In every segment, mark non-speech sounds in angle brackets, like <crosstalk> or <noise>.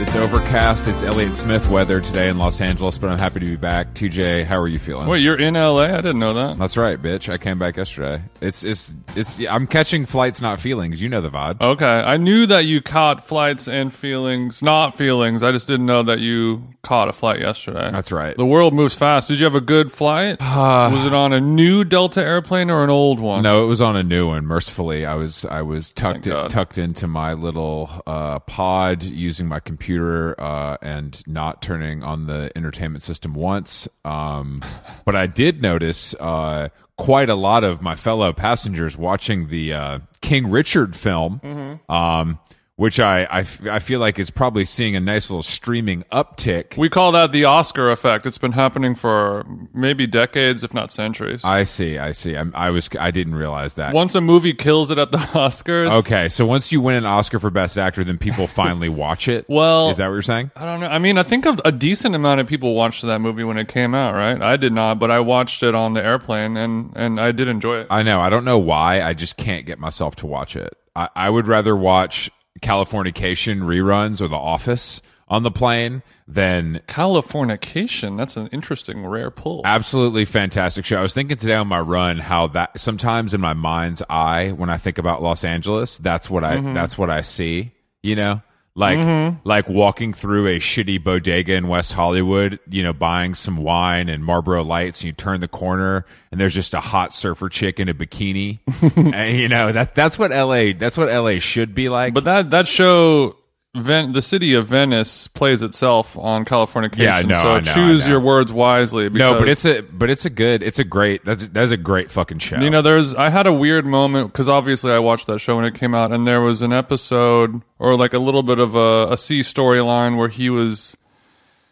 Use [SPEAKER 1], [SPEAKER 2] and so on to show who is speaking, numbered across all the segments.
[SPEAKER 1] It's overcast. It's Elliott Smith weather today in Los Angeles, but I'm happy to be back. TJ, how are you feeling?
[SPEAKER 2] Wait, you're in LA? I didn't know that.
[SPEAKER 1] That's right, bitch. I came back yesterday. It's it's it's. I'm catching flights, not feelings. You know the vibe.
[SPEAKER 2] Okay, I knew that you caught flights and feelings, not feelings. I just didn't know that you caught a flight yesterday.
[SPEAKER 1] That's right.
[SPEAKER 2] The world moves fast. Did you have a good
[SPEAKER 1] <sighs>
[SPEAKER 2] flight? was it on a new Delta airplane or an old one?
[SPEAKER 1] No, it was on a new one. Mercifully, I was I was tucked
[SPEAKER 2] God.
[SPEAKER 1] tucked into my little uh, pod using my computer uh, and not turning on the entertainment system once. Um, but I did notice uh, quite a lot of my fellow passengers watching the uh, King Richard film. Um, which I, I, f- I feel like is probably seeing a nice little streaming uptick.
[SPEAKER 2] We call that the Oscar effect. It's been happening for maybe decades, if not centuries.
[SPEAKER 1] I see, I see. I'm, I was I didn't realize that.
[SPEAKER 2] Once a movie kills it at the <laughs> Oscars,
[SPEAKER 1] Okay, so once you win an Oscar for Best Actor, then people finally watch it.
[SPEAKER 2] Well-
[SPEAKER 1] is that what you're saying?
[SPEAKER 2] I don't know. I mean, I think of a decent amount of people watched that movie when it came out, right? I did not, but I watched it on the airplane and and I did enjoy it.
[SPEAKER 1] I know. I don't know why. I just can't get myself to watch it. I, I would rather watch Californication reruns or The Office on the plane than
[SPEAKER 2] Californication. That's an interesting rare pull.
[SPEAKER 1] absolutely fantastic show. I was thinking today on my run how that sometimes in my mind's eye when I think about Los Angeles, that's what I
[SPEAKER 2] Mm-hmm.
[SPEAKER 1] that's what I see. You know, like like walking through a shitty bodega in West Hollywood, you know, buying some wine and Marlboro Lights, and you turn the corner and there's just a hot surfer chick in a
[SPEAKER 2] <laughs>
[SPEAKER 1] bikini. and, you know, that's that's what L.A. that's what L.A. should be like.
[SPEAKER 2] But that that show, Ven- the city of Venice, plays itself on Californication.
[SPEAKER 1] Yeah, I know,
[SPEAKER 2] so
[SPEAKER 1] I know, I
[SPEAKER 2] choose
[SPEAKER 1] know.
[SPEAKER 2] your words wisely. Because,
[SPEAKER 1] no, but it's a but it's a good it's a great that's that's a great fucking show.
[SPEAKER 2] you know, there's I had a weird moment because obviously I watched that show when it came out, and there was an episode or like a little bit of a, a C storyline where he was.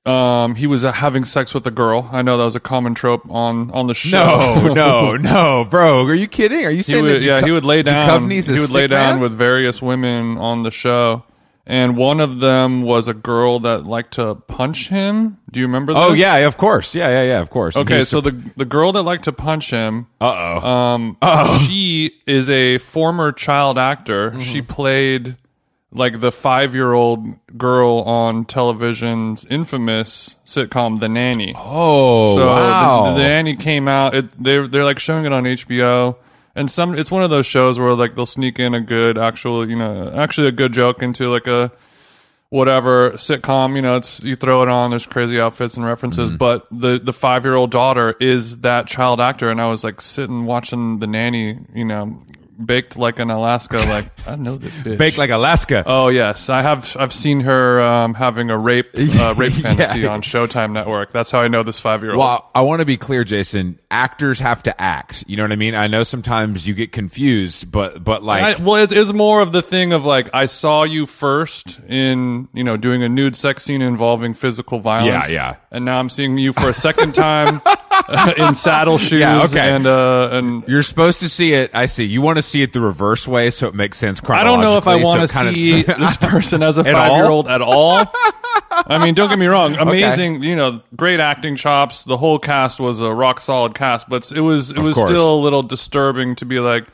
[SPEAKER 2] Um, he was uh, having sex with a girl. I know that was a common trope on on the show. <laughs>
[SPEAKER 1] No, no, no, bro. Are you kidding? Are you
[SPEAKER 2] he
[SPEAKER 1] saying
[SPEAKER 2] would,
[SPEAKER 1] that?
[SPEAKER 2] yeah, he would lay down. He
[SPEAKER 1] Duchovny's a
[SPEAKER 2] would lay
[SPEAKER 1] sick
[SPEAKER 2] down
[SPEAKER 1] man?
[SPEAKER 2] with various women on the show, and one of them was a girl that liked to punch him. Do you remember?
[SPEAKER 1] Oh
[SPEAKER 2] this?
[SPEAKER 1] yeah, yeah, of course. Yeah, yeah, yeah, of course.
[SPEAKER 2] Okay, so the the girl that liked to punch him,
[SPEAKER 1] uh oh,
[SPEAKER 2] um, she is a former child actor.
[SPEAKER 1] Mm-hmm.
[SPEAKER 2] She played like the five year old girl on television's infamous sitcom The Nanny.
[SPEAKER 1] oh
[SPEAKER 2] So
[SPEAKER 1] wow.
[SPEAKER 2] the, the nanny came out. It, they're they're like showing it on HBO, and some it's one of those shows where like they'll sneak in a good actual you know actually a good joke into like a whatever sitcom. You know, it's you throw it on. There's crazy outfits and references,
[SPEAKER 1] Mm-hmm.
[SPEAKER 2] but the the five year old daughter is that child actor, and I was like sitting watching the nanny. You know, baked like
[SPEAKER 1] <laughs>
[SPEAKER 2] an Alaska. Like I know this bitch.
[SPEAKER 1] Baked like Alaska.
[SPEAKER 2] Oh yes, I have. I've seen her um, having a rape uh, rape
[SPEAKER 1] <laughs> Yeah.
[SPEAKER 2] fantasy on Showtime Network. That's how I know this five year old.
[SPEAKER 1] well, I want to be clear, Jason. Actors have to act. You know what I mean? I know sometimes you get confused, but but like
[SPEAKER 2] I, well, it is more of the thing of like I saw you first in you know doing a nude sex scene involving physical violence.
[SPEAKER 1] Yeah, yeah.
[SPEAKER 2] And now I'm seeing you for a second time <laughs> uh, in saddle shoes
[SPEAKER 1] Yeah, okay.
[SPEAKER 2] and uh, and
[SPEAKER 1] you're supposed to see it. I see. You want to see it the reverse way, so it makes sense
[SPEAKER 2] I
[SPEAKER 1] chronologically.
[SPEAKER 2] don't know if I want to
[SPEAKER 1] so kinda- <laughs>
[SPEAKER 2] see this person as a
[SPEAKER 1] At all?
[SPEAKER 2] five year old
[SPEAKER 1] <laughs>
[SPEAKER 2] at all. I mean, don't get me wrong, amazing, you know, great acting chops. The whole cast was a rock solid cast, but it was it was
[SPEAKER 1] course.
[SPEAKER 2] still a little disturbing to be like,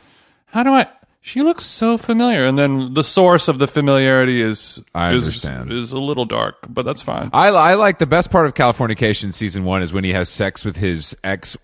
[SPEAKER 2] how do I? She looks so familiar, and then the source of the familiarity is
[SPEAKER 1] I
[SPEAKER 2] is,
[SPEAKER 1] understand. Uh,
[SPEAKER 2] is a little dark, but that's fine.
[SPEAKER 1] I, I like the best part of Californication season one is when he has sex with his ex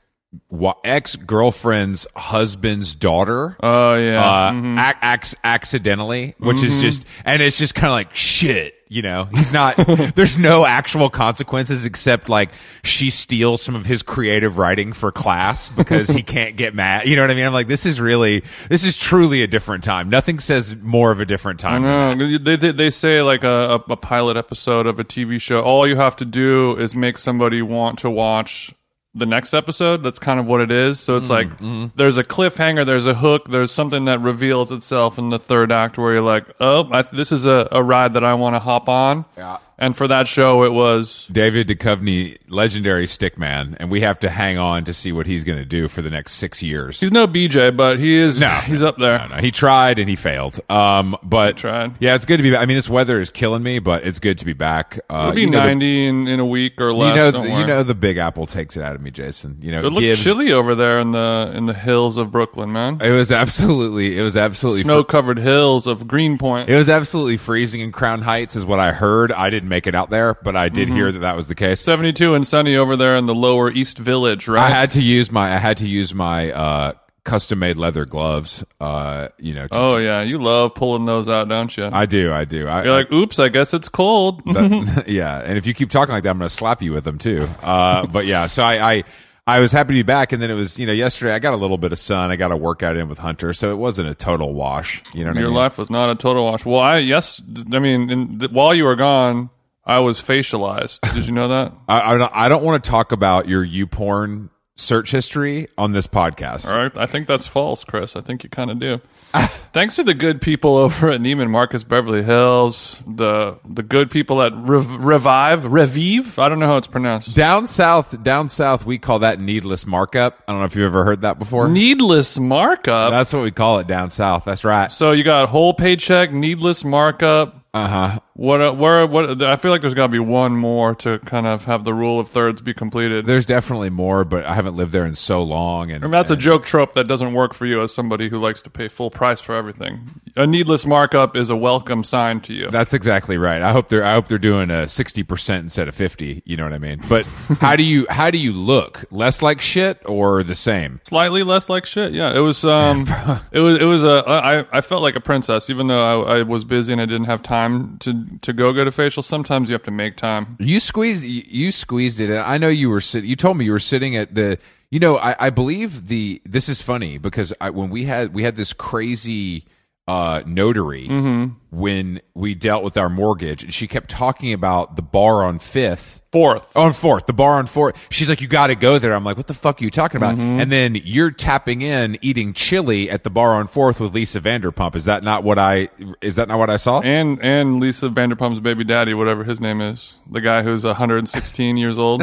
[SPEAKER 1] ex girlfriend's husband's daughter.
[SPEAKER 2] Oh yeah,
[SPEAKER 1] uh, ac- ac- accidentally, which is just, and it's just kind of like shit. You know, he's not. <laughs> there's no actual consequences except like she steals some of his creative writing for class because he can't get mad. You know what I mean? I'm like, this is really, this is truly a different time. Nothing says more of a different time.
[SPEAKER 2] No, they, they they say like a, a a pilot episode of a TV show. All you have to do is make somebody want to watch the next episode. That's kind of what it is. So
[SPEAKER 1] Mm-hmm,
[SPEAKER 2] it's like there's a cliffhanger, there's a hook, there's something that reveals itself in the third act where you're like, oh, I, this is a, a ride that I want to hop on.
[SPEAKER 1] Yeah.
[SPEAKER 2] And for that show, it was
[SPEAKER 1] David Duchovny, legendary stick man, and we have to hang on to see what he's going to do for the next six years.
[SPEAKER 2] he's no BJ, but he is
[SPEAKER 1] No.
[SPEAKER 2] he's up there.
[SPEAKER 1] don't know. He tried and he failed. Um, but
[SPEAKER 2] tried.
[SPEAKER 1] Yeah, it's good to be. back. I mean, this weather is killing me, but it's good to be back. Uh,
[SPEAKER 2] It'll be
[SPEAKER 1] you know the-
[SPEAKER 2] ninety in, in a week or
[SPEAKER 1] you
[SPEAKER 2] less.
[SPEAKER 1] know,
[SPEAKER 2] don't
[SPEAKER 1] the,
[SPEAKER 2] worry.
[SPEAKER 1] you know, the Big Apple takes it out of me me, Jason. You know,
[SPEAKER 2] It looked
[SPEAKER 1] gives-
[SPEAKER 2] chilly over there in the in the hills of Brooklyn, man.
[SPEAKER 1] It was absolutely. It was absolutely.
[SPEAKER 2] Snow covered hills of Greenpoint.
[SPEAKER 1] It was absolutely freezing in Crown Heights, is what I heard. I didn't make it out there, but I did
[SPEAKER 2] Mm-hmm.
[SPEAKER 1] hear that that was the case.
[SPEAKER 2] 72 and sunny over there in the lower East Village,
[SPEAKER 1] I
[SPEAKER 2] right?
[SPEAKER 1] had to use my. I had to use my uh, custom-made leather gloves. Uh, you know. To,
[SPEAKER 2] oh, yeah. You love pulling those out, don't you?
[SPEAKER 1] I do. I do. I,
[SPEAKER 2] You're like, oops, I guess it's cold. <laughs>
[SPEAKER 1] That- <laughs> yeah, and if you keep talking like that, I'm going to slap you with them too. Uh, but yeah, so I, I I was happy to be back, and then it was you know yesterday I got a little bit of sun. I got a workout in with Hunter, so it wasn't a total wash. You know what
[SPEAKER 2] Your
[SPEAKER 1] I mean?
[SPEAKER 2] life was not a total wash. Well, I, yes, th- I mean, in, th- while you were gone, I was facialized. Did you
[SPEAKER 1] <laughs>
[SPEAKER 2] know that?
[SPEAKER 1] I, I don't, I don't want to talk about your you porn search history on this podcast.
[SPEAKER 2] All right. I think that's false, Chris. I think you kind of do.
[SPEAKER 1] Ah.
[SPEAKER 2] Thanks to the good people over at Neiman Marcus Beverly Hills, the the good people at Rev- Revive, Revive. I don't know how it's pronounced.
[SPEAKER 1] Down south, down south, we call that needless markup. I don't know if you've ever heard that before.
[SPEAKER 2] Needless markup.
[SPEAKER 1] That's what we call it down south. That's right.
[SPEAKER 2] so you got whole paycheck, needless markup. Uh huh. What? Where? What? I feel like there's got to be one more to kind of have the rule of thirds be completed.
[SPEAKER 1] There's definitely more, but I haven't lived there in so long, and
[SPEAKER 2] And that's a joke trope that doesn't work for you as somebody who likes to pay full price for everything. A needless markup is a welcome sign to you.
[SPEAKER 1] That's exactly right. I hope they're I hope they're doing a sixty percent instead of fifty. You know what I mean? <laughs> But how do you how do you look less like shit or the same?
[SPEAKER 2] Slightly less like shit. Yeah, it was. Um, it was. It was a. I I felt like a princess, even though I, I was busy and I didn't have time to to go get a facial. Sometimes you have to make time.
[SPEAKER 1] You squeezed you, you squeezed it. And I know you were sitting. You told me you were sitting at the. You know, I, I believe the. This is funny because I, when we had we had this crazy uh, notary Mm-hmm. when we dealt with our mortgage, and she kept talking about the bar on Fifth.
[SPEAKER 2] Fourth.
[SPEAKER 1] on fourth, the bar on fourth. She's like, you got to go there. I'm like, what the fuck are you talking about?
[SPEAKER 2] Mm-hmm.
[SPEAKER 1] And then you're tapping in, eating chili at the bar on fourth with Lisa Vanderpump. Is that not what I? Is that not what I saw?
[SPEAKER 2] And and Lisa Vanderpump's baby daddy, whatever his name is, the guy who's 116 years old.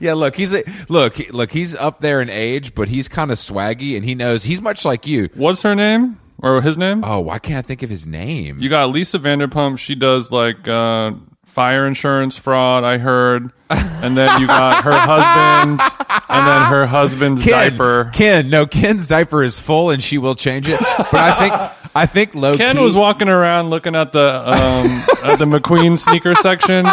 [SPEAKER 1] yeah, look, he's a look, he- look, he's up there in age, but he's kind of swaggy, and he knows he's much like you.
[SPEAKER 2] What's her name or his name?
[SPEAKER 1] Oh, why can't I think of his name?
[SPEAKER 2] You got Lisa Vanderpump. She does like uh, fire insurance fraud, I heard. And then you got her husband, and then her husband's
[SPEAKER 1] Ken,
[SPEAKER 2] diaper.
[SPEAKER 1] Ken, no, Ken's diaper is full, and she will change it. But I think, I think low
[SPEAKER 2] <laughs> Ken
[SPEAKER 1] key,
[SPEAKER 2] was walking around looking at the um, at the McQueen sneaker section,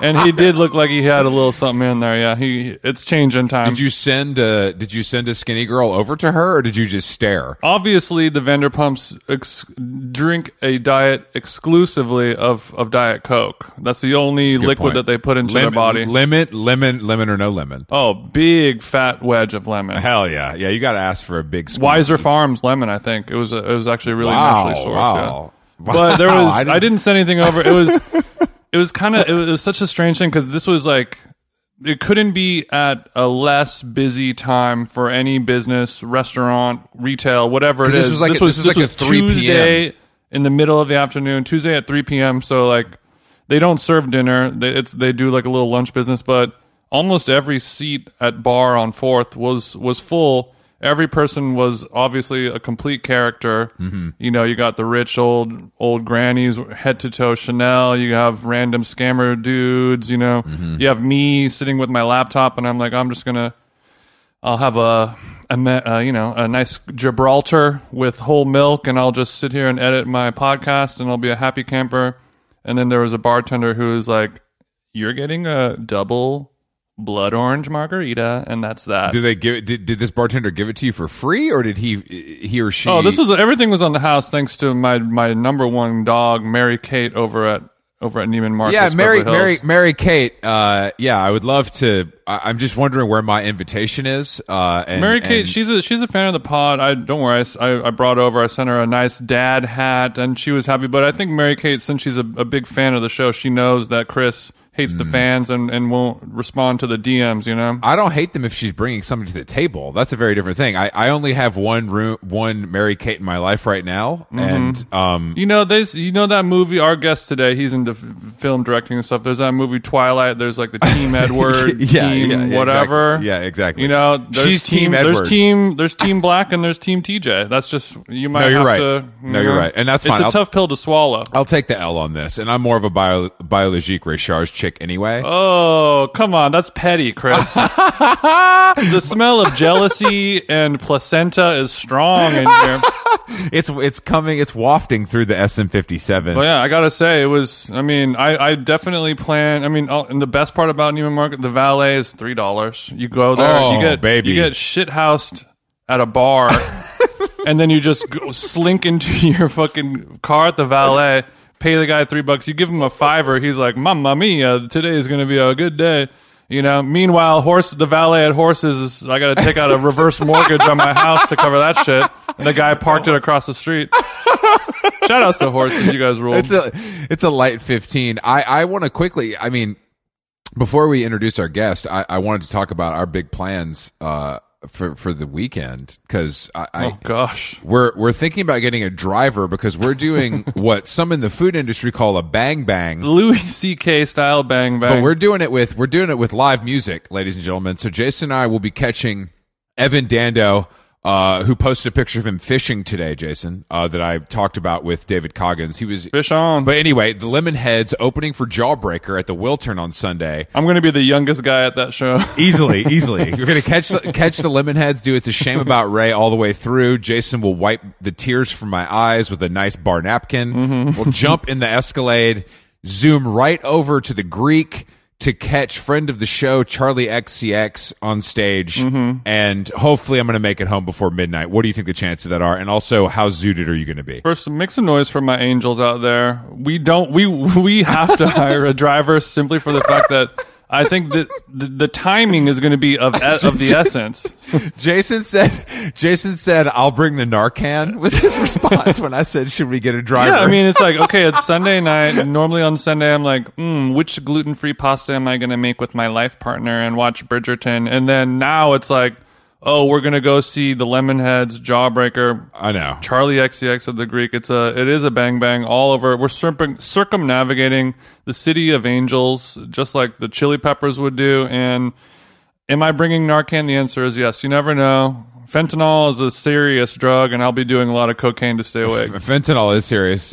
[SPEAKER 2] and he did look like he had a little something in there. Yeah, he it's changing time.
[SPEAKER 1] Did you send a Did you send a skinny girl over to her, or did you just stare?
[SPEAKER 2] Obviously, the Vanderpumps ex- drink a diet exclusively of, of Diet Coke. That's the only liquid
[SPEAKER 1] point.
[SPEAKER 2] that they put into
[SPEAKER 1] lemon,
[SPEAKER 2] their body.
[SPEAKER 1] Lemon, lemon, lemon, or no lemon.
[SPEAKER 2] oh, big fat wedge of lemon.
[SPEAKER 1] Hell yeah, yeah. You got to ask for a big squeeze.
[SPEAKER 2] Wiser Farms lemon. I think it was a, it was actually really
[SPEAKER 1] Wow,
[SPEAKER 2] naturally sourced.
[SPEAKER 1] wow.
[SPEAKER 2] Yeah. But there
[SPEAKER 1] Wow,
[SPEAKER 2] was
[SPEAKER 1] I
[SPEAKER 2] I
[SPEAKER 1] didn't-
[SPEAKER 2] didn't, send anything over. It
[SPEAKER 1] <laughs>
[SPEAKER 2] was it was kind of it was such a strange thing because this was like it couldn't be at a less busy time for any business, restaurant, retail, whatever it
[SPEAKER 1] 'Cause this
[SPEAKER 2] is.
[SPEAKER 1] was like-
[SPEAKER 2] this was,
[SPEAKER 1] this was like a 3 p.m..
[SPEAKER 2] Tuesday in the middle of the afternoon, Tuesday at three p.m. So like they don't serve dinner. They it's they do like a little lunch business, but almost every seat at bar on Fourth was was full. Every person was obviously a complete character. You know, you got the rich old old grannies, head to toe Chanel. You have random scammer dudes. You know, you have me sitting with my laptop, and I'm like, I'm just gonna, I'll have a, a me- uh, you know, a nice Gibraltar with whole milk, and I'll just sit here and edit my podcast, and I'll be a happy camper. And then there was a bartender who was like, "You're getting a double blood orange margarita, and that's that."
[SPEAKER 1] Did they give it? Did, did this bartender give it to you for free, or did he he or she?
[SPEAKER 2] Oh, this was everything was on the house thanks to my my number one dog, Mary Kate, over at over at Neiman Marcus.
[SPEAKER 1] Yeah, Mary,
[SPEAKER 2] Beverly Hills.
[SPEAKER 1] Mary, Mary Kate. Uh, yeah, I would love to. I, I'm just wondering where my invitation is. Uh, and,
[SPEAKER 2] Mary Kate,
[SPEAKER 1] and-
[SPEAKER 2] she's a she's a fan of the pod. I don't worry. I s- I, I brought over. I sent her a nice dad hat, and she was happy. But I think Mary Kate, since she's a, a big fan of the show, she knows that Chris hates
[SPEAKER 1] Mm.
[SPEAKER 2] the fans and, and won't respond to the DMs. You know,
[SPEAKER 1] I don't hate them if she's bringing something to the table. That's a very different thing. I, I only have one room, one Mary Kate in my life right now,
[SPEAKER 2] Mm-hmm.
[SPEAKER 1] and um,
[SPEAKER 2] you know this. You know that movie. Our guest today, he's into f- film directing and stuff. There's that movie Twilight. There's like the
[SPEAKER 1] <laughs>
[SPEAKER 2] Team Edward, Team
[SPEAKER 1] exactly.
[SPEAKER 2] whatever.
[SPEAKER 1] Yeah, exactly.
[SPEAKER 2] You know, there's
[SPEAKER 1] she's
[SPEAKER 2] team,
[SPEAKER 1] Team Edward.
[SPEAKER 2] There's team. There's team black and there's team TJ. That's just you might.
[SPEAKER 1] No, you're
[SPEAKER 2] have
[SPEAKER 1] right.
[SPEAKER 2] To, you
[SPEAKER 1] No, you're
[SPEAKER 2] know,
[SPEAKER 1] right. And that's
[SPEAKER 2] it's
[SPEAKER 1] fine.
[SPEAKER 2] a
[SPEAKER 1] I'll-
[SPEAKER 2] tough pill to swallow.
[SPEAKER 1] I'll take the L on this, and I'm more of a bio, biologique recharge ch- chick anyway.
[SPEAKER 2] Oh, come on. That's
[SPEAKER 1] <laughs>
[SPEAKER 2] petty, Chris. the smell of jealousy and placenta is strong in here.
[SPEAKER 1] It's it's coming. It's wafting through the SM57.
[SPEAKER 2] But yeah, I gotta say, it was. I mean, I, I definitely plan. I mean, oh, and the best part about Neiman Market, the valet is three dollars. You go there,
[SPEAKER 1] Oh,
[SPEAKER 2] you get
[SPEAKER 1] baby.
[SPEAKER 2] you get shithoused at a bar, and then you just go, slink into <laughs> your fucking car at the valet. Pay the guy three bucks. You give him a fiver. He's like, "Mamma mia, today is gonna be a good day." You know. Meanwhile, horse the valet at horses. Is, I gotta take out a reverse mortgage on my house to cover that shit. And the guy parked it across the street. Shout outs to horses. You guys rule.
[SPEAKER 1] it's a it's a light 15 i i want to quickly i mean before we introduce our guest i i wanted to talk about our big plans uh for for the weekend because i, I
[SPEAKER 2] Oh gosh.
[SPEAKER 1] we're we're thinking about getting a driver because we're
[SPEAKER 2] <laughs>
[SPEAKER 1] doing what some in the food industry call a bang bang
[SPEAKER 2] Louis C.K. style bang bang.
[SPEAKER 1] but we're doing it with we're doing it with live music ladies and gentlemen so jason and i will be catching evan dando uh, who posted a picture of him fishing today, Jason, uh, that I talked about with David Coggins. He was
[SPEAKER 2] Fish on.
[SPEAKER 1] But anyway, the Lemonheads opening for Jawbreaker at the Wiltern on Sunday.
[SPEAKER 2] I'm gonna be the youngest guy at that show.
[SPEAKER 1] Easily, easily. You're going to catch the, catch the Lemonheads do It's a Shame About Ray all the way through. Jason will wipe the tears from my eyes with a nice bar napkin. We'll jump in the Escalade, zoom right over to the Greek to catch friend of the show Charlie XCX on stage. And hopefully I'm going to make it home before midnight. What do you think the chances of that are? And also, how zooted are you going to be?
[SPEAKER 2] First, make some noise for my angels out there. We don't. We <laughs> we have to hire a driver simply for the fact that. I think that the, the timing is going to be of e, of the essence.
[SPEAKER 1] Jason said, Jason said, I'll bring the Narcan was his <laughs> response when I said, should we get a driver?
[SPEAKER 2] Yeah, I mean, it's like okay, it's Sunday night. and Normally on Sunday, I'm like, mm, which gluten free pasta am I going to make with my life partner and watch Bridgerton? And then now it's like, oh, we're going to go see the Lemonheads, Jawbreaker,
[SPEAKER 1] I know.
[SPEAKER 2] Charlie XCX of the Greek. It's a it is a bang bang all over. We're circum- circumnavigating the city of angels, just like the Chili Peppers would do. And am I bringing Narcan? The answer is yes. You never know. Fentanyl is a serious drug, and I'll be doing a lot of cocaine to
[SPEAKER 1] <laughs>
[SPEAKER 2] stay awake.
[SPEAKER 1] Fentanyl is serious.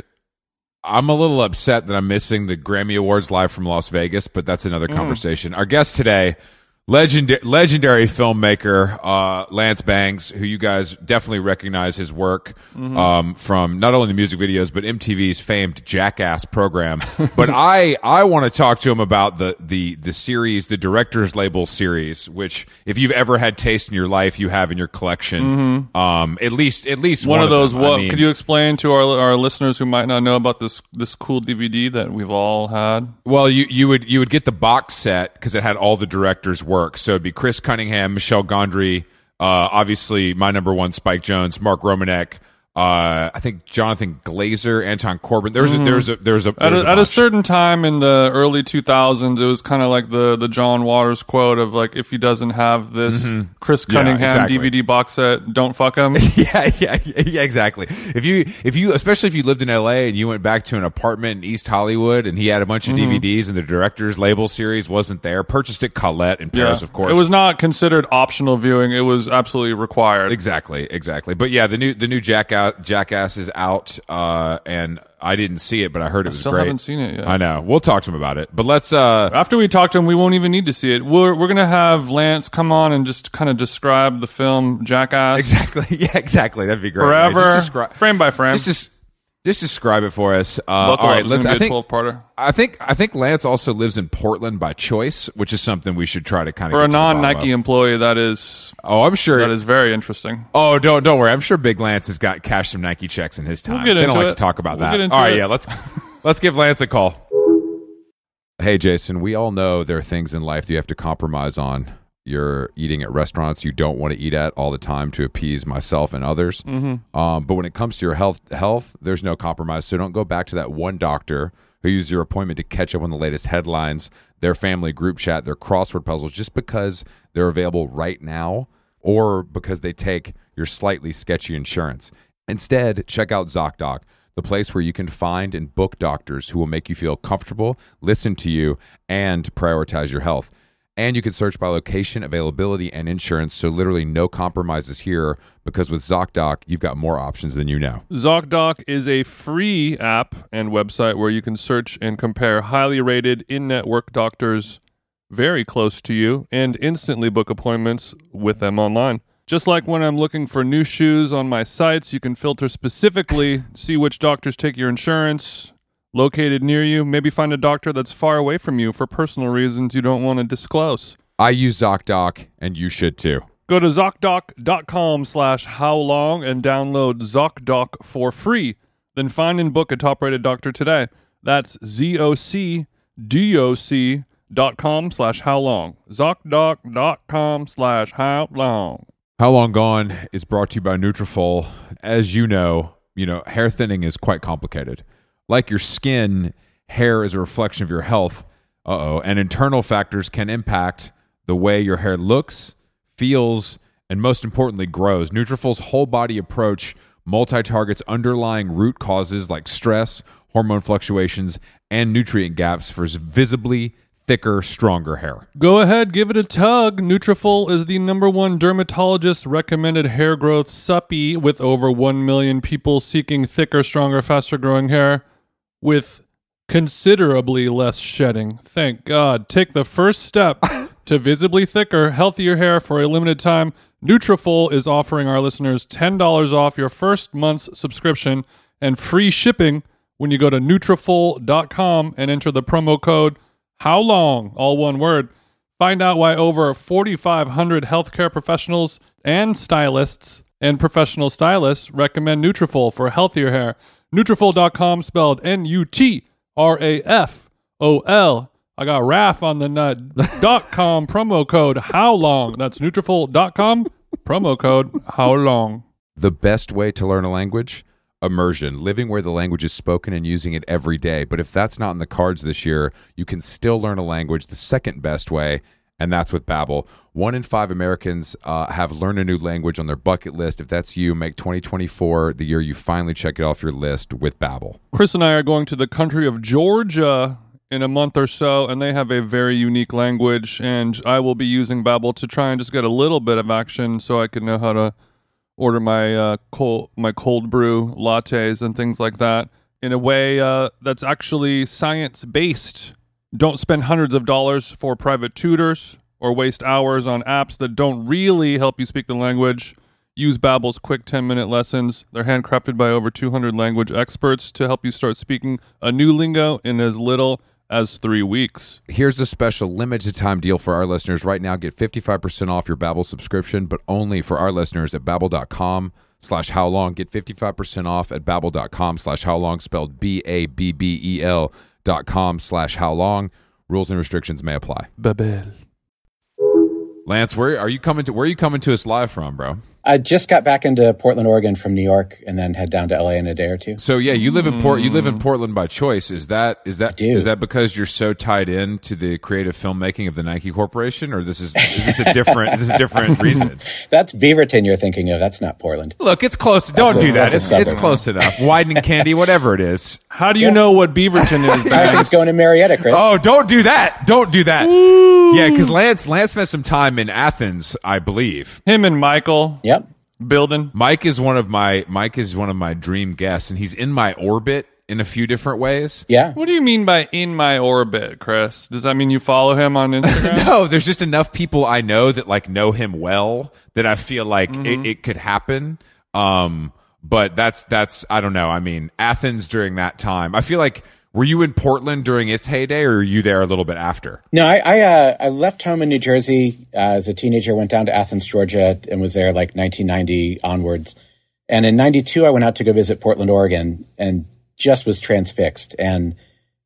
[SPEAKER 1] I'm a little upset that I'm missing the Grammy Awards live from Las Vegas, but that's another
[SPEAKER 2] Mm.
[SPEAKER 1] conversation. Our guest today, legendary, legendary filmmaker uh, Lance Bangs, who you guys definitely recognize his work
[SPEAKER 2] Mm-hmm.
[SPEAKER 1] um, from not only the music videos but MTV's famed Jackass program. <laughs> but I I want to talk to him about the the the series, the director's label series, which if you've ever had taste in your life, you have in your collection. Um, at least at least
[SPEAKER 2] Mm-hmm. One, of those.
[SPEAKER 1] them. I
[SPEAKER 2] What
[SPEAKER 1] mean-
[SPEAKER 2] could you explain to our our listeners who might not know about this this cool DVD that we've all had?
[SPEAKER 1] Well, you, you would you would get the box set because it had all the directors' work. So it'd be Chris Cunningham, Michelle Gondry, uh, obviously my number one, Spike Jones, Mark Romanek, uh, I think Jonathan Glazer, Anton Corbin. There's a there's a there's a,
[SPEAKER 2] At
[SPEAKER 1] there's
[SPEAKER 2] a, at a
[SPEAKER 1] bunch.
[SPEAKER 2] certain time in the early 2000s, it was kind of like the, the John Waters quote of like, if he doesn't have this Chris Cunningham
[SPEAKER 1] Mm-hmm. exactly.
[SPEAKER 2] DVD box set, don't fuck him.
[SPEAKER 1] <laughs> <laughs> yeah, yeah, yeah, yeah, exactly. If you, if you, especially if you lived in LA and you went back to an apartment in East Hollywood and he had a bunch of DVDs and the director's label series wasn't there, purchased at Colette in Paris, of course.
[SPEAKER 2] It was not considered optional viewing. It was absolutely required.
[SPEAKER 1] Exactly, exactly. But yeah, the new the new Jackass Jackass is out, uh, and I didn't see it, but I heard it was
[SPEAKER 2] Still
[SPEAKER 1] great.
[SPEAKER 2] haven't seen it yet.
[SPEAKER 1] I know. We'll talk to him about it. But let's.
[SPEAKER 2] <laughs>
[SPEAKER 1] uh <laughs>
[SPEAKER 2] After we talk to him, we won't even need to see it. We're, we're going to have Lance come on and just kind of describe the film Jackass
[SPEAKER 1] Exactly. Yeah, exactly. That'd be great. Yeah,
[SPEAKER 2] forever,
[SPEAKER 1] Just describe.
[SPEAKER 2] frame by frame.
[SPEAKER 1] Just, just, just describe it for us. Uh, all
[SPEAKER 2] Buckle up,
[SPEAKER 1] right.
[SPEAKER 2] it's
[SPEAKER 1] Let's.
[SPEAKER 2] gonna
[SPEAKER 1] I
[SPEAKER 2] be a
[SPEAKER 1] think.
[SPEAKER 2] 12-parter.
[SPEAKER 1] I think. I think Lance also lives in Portland by choice, which is something we should try to kind of.
[SPEAKER 2] For a non Nike employee, that is
[SPEAKER 1] Oh, I'm
[SPEAKER 2] that
[SPEAKER 1] sure.
[SPEAKER 2] is very interesting.
[SPEAKER 1] Oh, don't don't worry. I'm sure Big Lance has got cashed some Nike checks in his time.
[SPEAKER 2] get
[SPEAKER 1] they
[SPEAKER 2] into
[SPEAKER 1] don't like to
[SPEAKER 2] it.
[SPEAKER 1] talk about
[SPEAKER 2] We'll
[SPEAKER 1] that.
[SPEAKER 2] get into
[SPEAKER 1] all right,
[SPEAKER 2] it.
[SPEAKER 1] yeah, let's <laughs> let's give Lance a call. Hey Jason, we all know there are things in life that you have to compromise on. You're eating at restaurants you don't want to eat at all the time to appease myself and others.
[SPEAKER 2] Mm-hmm.
[SPEAKER 1] Um, but when it comes to your health, health, there's no compromise. So don't go back to that one doctor who used your appointment to catch up on the latest headlines, their family group chat, their crossword puzzles, just because they're available right now or because they take your slightly sketchy insurance. Instead, check out ZocDoc, the place where you can find and book doctors who will make you feel comfortable, listen to you, and prioritize your health. And you can search by location, availability, and insurance. So literally no compromises here because with ZocDoc, you've got more options than you know.
[SPEAKER 2] ZocDoc is a free app and website where you can search and compare highly rated in network doctors very close to you and instantly book appointments with them online. Just like when I'm looking for new shoes on my sites, you can filter specifically, see which doctors take your insurance, located near you, maybe find a doctor that's far away from you for personal reasons you don't want to disclose.
[SPEAKER 1] I use ZocDoc and you should too.
[SPEAKER 2] Go to ZocDoc.com slash how long and download ZocDoc for free. Then find and book a top rated doctor today. That's Z-O-C-D-O-C dot com slash how long. ZocDoc.com slash how long.
[SPEAKER 1] How Long Gone is brought to you by Nutrafol. As you know, you know, hair thinning is quite complicated. Like your skin, hair is a reflection of your health. Uh-oh. And internal factors can impact the way your hair looks, feels, and most importantly, grows. Nutrafol's whole body approach multi-targets underlying root causes like stress, hormone fluctuations, and nutrient gaps for visibly thicker, stronger hair.
[SPEAKER 2] Go ahead, give it a tug. Nutrafol is the number one dermatologist recommended hair growth suppy with over 1 million people seeking thicker, stronger, faster growing hair with considerably less shedding. Thank God. Take the first step to visibly thicker, healthier hair for a limited time. Nutrafol is offering our listeners $10 off your first month's subscription and free shipping when you go to Nutrafol.com and enter the promo code how long? All one word. Find out why over 4,500 healthcare professionals and stylists and professional stylists recommend Nutrafol for healthier hair. Nutrafol.com spelled N-U-T-R-A-F-O-L. I got Raf on the nut. dot com promo code how long? That's Nutrafol.com promo code how long?
[SPEAKER 1] The best way to learn a language? Immersion, living where the language is spoken and using it every day. But if that's not in the cards this year, you can still learn a language the second best way, and that's with Babbel. One in five Americans uh, have learned a new language on their bucket list. If that's you, make 2024 the year you finally check it off your list with Babbel.
[SPEAKER 2] Chris and I are going to the country of Georgia in a month or so, and they have a very unique language. And I will be using Babbel to try and just get a little bit of action, so I can know how to order my uh, cold my cold brew lattes and things like that in a way uh, that's actually science based. Don't spend hundreds of dollars for private tutors or waste hours on apps that don't really help you speak the language. Use Babbel's quick 10-minute lessons. They're handcrafted by over 200 language experts to help you start speaking a new lingo in as little as 3 weeks.
[SPEAKER 1] Here's the special limited time deal for our listeners right now. Get 55% off your Babbel subscription, but only for our listeners at babbel.com slash how long. Get 55% off at babbel.com slash how long, spelled B-A-B-B-E-L E dot com slash how long. Rules and restrictions may apply.
[SPEAKER 2] Babel.
[SPEAKER 1] Lance, where are you coming to where are you coming to us live from, bro?
[SPEAKER 3] I just got back into Portland, Oregon from New York, and then head down to LA in a day or two.
[SPEAKER 1] So yeah, you live in Port you live in Portland by choice. Is that is that
[SPEAKER 3] do.
[SPEAKER 1] is that because you're so tied in to the creative filmmaking of the Nike Corporation or this is is this a different is this a
[SPEAKER 3] <laughs>
[SPEAKER 1] different reason?
[SPEAKER 3] That's Beaverton you're thinking of. That's not Portland.
[SPEAKER 1] Look, it's close. Don't
[SPEAKER 3] a-
[SPEAKER 1] do that. It's
[SPEAKER 3] that's a
[SPEAKER 1] it's
[SPEAKER 3] suburb.
[SPEAKER 1] close enough. Widening candy, whatever it
[SPEAKER 3] <laughs>
[SPEAKER 1] is.
[SPEAKER 2] How do you know what Beaverton is?
[SPEAKER 3] I
[SPEAKER 2] Ben?
[SPEAKER 3] think it's going to Marietta, Chris.
[SPEAKER 1] Oh, don't do that. Don't do that. Yeah, because Lance Lance spent some time in Athens, I believe.
[SPEAKER 2] Him and Michael
[SPEAKER 3] Yep.
[SPEAKER 2] building.
[SPEAKER 1] Mike is one of my Mike is one of my dream guests, and he's in my orbit in a few different ways.
[SPEAKER 3] Yeah.
[SPEAKER 2] What do you mean by in my orbit, Chris? Does that mean you follow him on
[SPEAKER 1] <laughs>
[SPEAKER 2] Instagram?
[SPEAKER 1] No, there's just enough people I know that like know him well that I feel like it, it could happen. Um, but that's that's I don't know. I mean, Athens during that time, I feel like were you in Portland during its heyday, or were you there a little bit after?
[SPEAKER 3] No, I I, uh, I left home in New Jersey uh, as a teenager. Went down to Athens, Georgia, and was there like 1990 onwards. And in '92, I went out to go visit Portland, Oregon, and just was transfixed and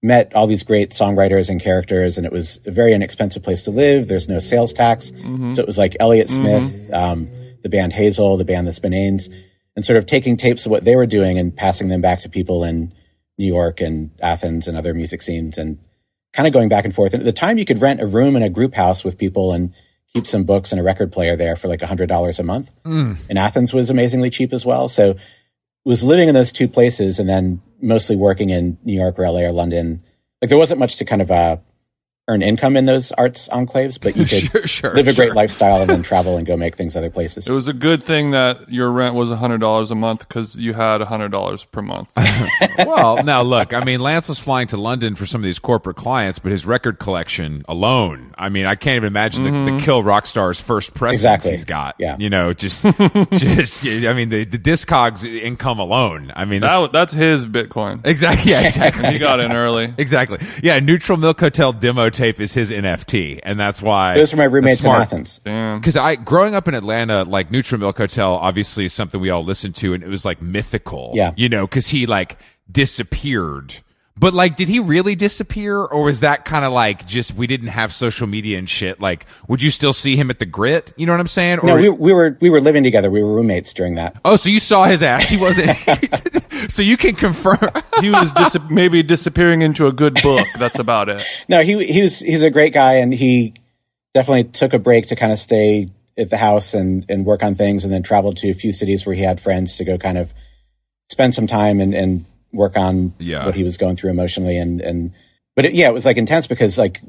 [SPEAKER 3] met all these great songwriters and characters. And it was a very inexpensive place to live. There's no sales tax, so it was like Elliott Smith, um, the band Hazel, the band The Spinanes, and sort of taking tapes of what they were doing and passing them back to people in New York and Athens and other music scenes. And kind of going back and forth. And at the time, you could rent a room in a group house with people and keep some books and a record player there for like $100 a month.
[SPEAKER 1] Mm.
[SPEAKER 3] And Athens was amazingly cheap as well. So was living in those two places and then mostly working in New York or LA or London. Like there wasn't much to kind of uh, earn income in those arts
[SPEAKER 1] <laughs>
[SPEAKER 3] enclaves, but <laughs> you could
[SPEAKER 1] Sure, sure,
[SPEAKER 3] live a
[SPEAKER 1] sure.
[SPEAKER 3] great <laughs> lifestyle
[SPEAKER 1] <laughs>
[SPEAKER 3] and then travel and go make things other places.
[SPEAKER 2] It was a good thing that your rent was hundred dollars a month because you had hundred dollars
[SPEAKER 1] <laughs>
[SPEAKER 2] per month.
[SPEAKER 1] well, now look, I mean, Lance was flying to London for some of these corporate clients, but his record collection alone, I mean, I can't even imagine the, the Kill Rock Stars first presence
[SPEAKER 3] Exactly.
[SPEAKER 1] he's got.
[SPEAKER 3] Yeah.
[SPEAKER 1] You know, just, just, I mean, the, the Discogs income alone. I mean,
[SPEAKER 2] that, wa- that's his Bitcoin.
[SPEAKER 1] exactly. Yeah,
[SPEAKER 2] <laughs>
[SPEAKER 1] exactly.
[SPEAKER 2] He got in early.
[SPEAKER 1] Exactly. Yeah, Neutral Milk Hotel demo tape is his NFT, and that's why
[SPEAKER 3] Those were my roommates in Athens.
[SPEAKER 2] Damn.
[SPEAKER 1] Because I, growing up in Atlanta, like Neutral Milk Hotel, obviously is something we all listened to, and it was like mythical.
[SPEAKER 3] Yeah.
[SPEAKER 1] you know, because he like disappeared. But like, did he really disappear, or was that kind of like just we didn't have social media and shit? Like, would you still see him at the grit? You know what I'm saying?
[SPEAKER 3] No,
[SPEAKER 1] Or-
[SPEAKER 3] we, we were we were living together. We were roommates during that.
[SPEAKER 1] oh, so you saw his ass? He
[SPEAKER 3] <laughs>
[SPEAKER 1] wasn't. <laughs> so you can confirm. <laughs>
[SPEAKER 2] He was dis- maybe disappearing into a good book. That's about it.
[SPEAKER 3] No, he he's he's a great guy, and he definitely took a break to kind of stay at the house and and work on things, and then traveled to a few cities where he had friends to go kind of spend some time and and work on
[SPEAKER 1] Yeah.
[SPEAKER 3] what he was going through emotionally, and and but it, yeah, it was like intense because like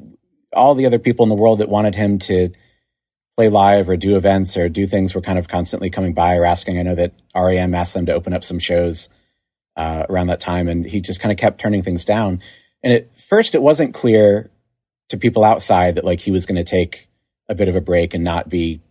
[SPEAKER 3] all the other people in the world that wanted him to play live or do events or do things were kind of constantly coming by or asking. I know that REM asked them to open up some shows uh, around that time, and he just kind of kept turning things down. And at first, it wasn't clear to people outside that like he was going to take a bit of a break and not be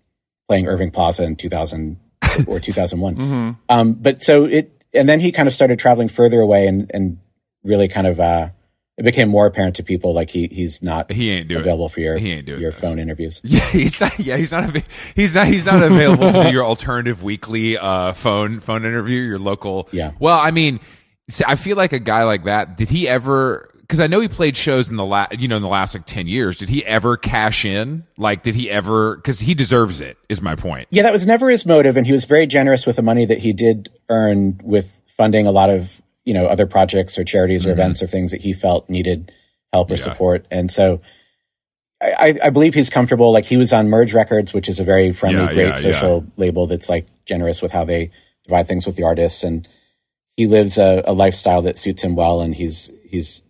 [SPEAKER 3] playing Irving Plaza
[SPEAKER 1] <laughs>
[SPEAKER 3] in 2000 or 2001.
[SPEAKER 1] Mm-hmm.
[SPEAKER 3] Um, but so it, and then he kind of started traveling further away and, and really kind of, uh, it became more apparent to people like he, he's not
[SPEAKER 1] He ain't doing.
[SPEAKER 3] available for your,
[SPEAKER 1] He ain't doing
[SPEAKER 3] your
[SPEAKER 1] this.
[SPEAKER 3] phone interviews.
[SPEAKER 1] <laughs> Yeah, he's not. Yeah, he's not. avai- He's not. He's not available to do your alternative weekly uh, phone phone interview. Your local.
[SPEAKER 3] Yeah.
[SPEAKER 1] Well, I mean, see, I feel like a guy like that. Did he ever? Because I know he played shows in the last, you know, in the last like ten years. Did he ever cash in? Like, did he ever? Because he deserves it. Is my point.
[SPEAKER 3] Yeah, that was never his motive, and he was very generous with the money that he did earn with funding a lot of you know other projects or charities
[SPEAKER 1] Mm-hmm.
[SPEAKER 3] or events or things that he felt needed help or support. And so, I, I- I believe he's comfortable. Like he was on Merge Records, which is a very friendly,
[SPEAKER 1] Yeah,
[SPEAKER 3] great
[SPEAKER 1] yeah,
[SPEAKER 3] social label that's like generous with how they divide things with the artists, and he lives a, a lifestyle that suits him well, and he's he's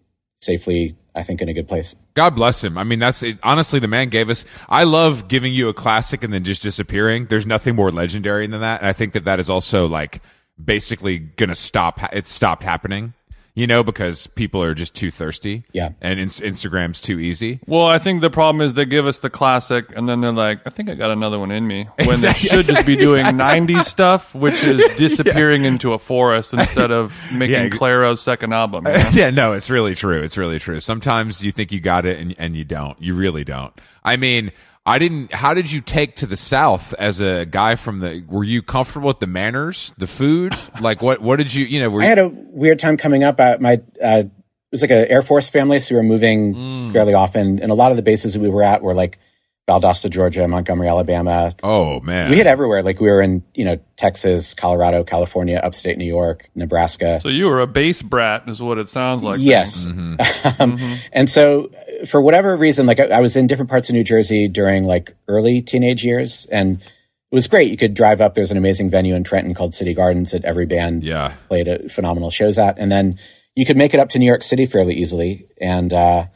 [SPEAKER 3] safely, I think, in a good place.
[SPEAKER 1] God bless him. I mean, that's it, honestly the man gave us. I love giving you a classic and then just disappearing. There's nothing more legendary than that. And I think that that is also like basically going to stop. ha- It's stopped happening, you know, because people are just too thirsty.
[SPEAKER 3] Yeah.
[SPEAKER 1] And ins- Instagram's too easy. <laughs>
[SPEAKER 2] Well, I think the problem is they give us the classic, and then they're like, "I think I got another one in me." When
[SPEAKER 1] Exactly.
[SPEAKER 2] they should just be
[SPEAKER 1] <laughs>
[SPEAKER 2] doing '90s stuff, which is disappearing into a forest instead of
[SPEAKER 1] <laughs>
[SPEAKER 2] making
[SPEAKER 1] Yeah, ex-
[SPEAKER 2] Claro's second
[SPEAKER 1] <laughs>
[SPEAKER 2] album. you know?
[SPEAKER 1] yeah, no, it's really true. It's really true. Sometimes you think you got it and, and you don't. You really don't. I mean, I didn't. How did you take to the South as a guy from the? Were you comfortable with the manners, the food? Like, what? What did you? You know, were
[SPEAKER 3] I had a weird time coming up. Uh, my uh, it was like an Air Force family, so we were moving
[SPEAKER 2] Mm.
[SPEAKER 3] fairly often, and a lot of the bases that we were at were like Valdosta, Georgia, Montgomery, Alabama.
[SPEAKER 1] Oh man,
[SPEAKER 3] We hit everywhere. Like we were in you know Texas, Colorado, California, upstate New York, Nebraska.
[SPEAKER 2] So you were a bass brat, is what it sounds like. Mm-hmm.
[SPEAKER 3] yes, <laughs> um, and so uh, for whatever reason, like I, I was in different parts of New Jersey during like early teenage years, and it was great. You could drive up. There's an amazing venue in Trenton called City Gardens that every band
[SPEAKER 1] yeah.
[SPEAKER 3] played a phenomenal shows at. And then you could make it up to New York City fairly easily. And uh,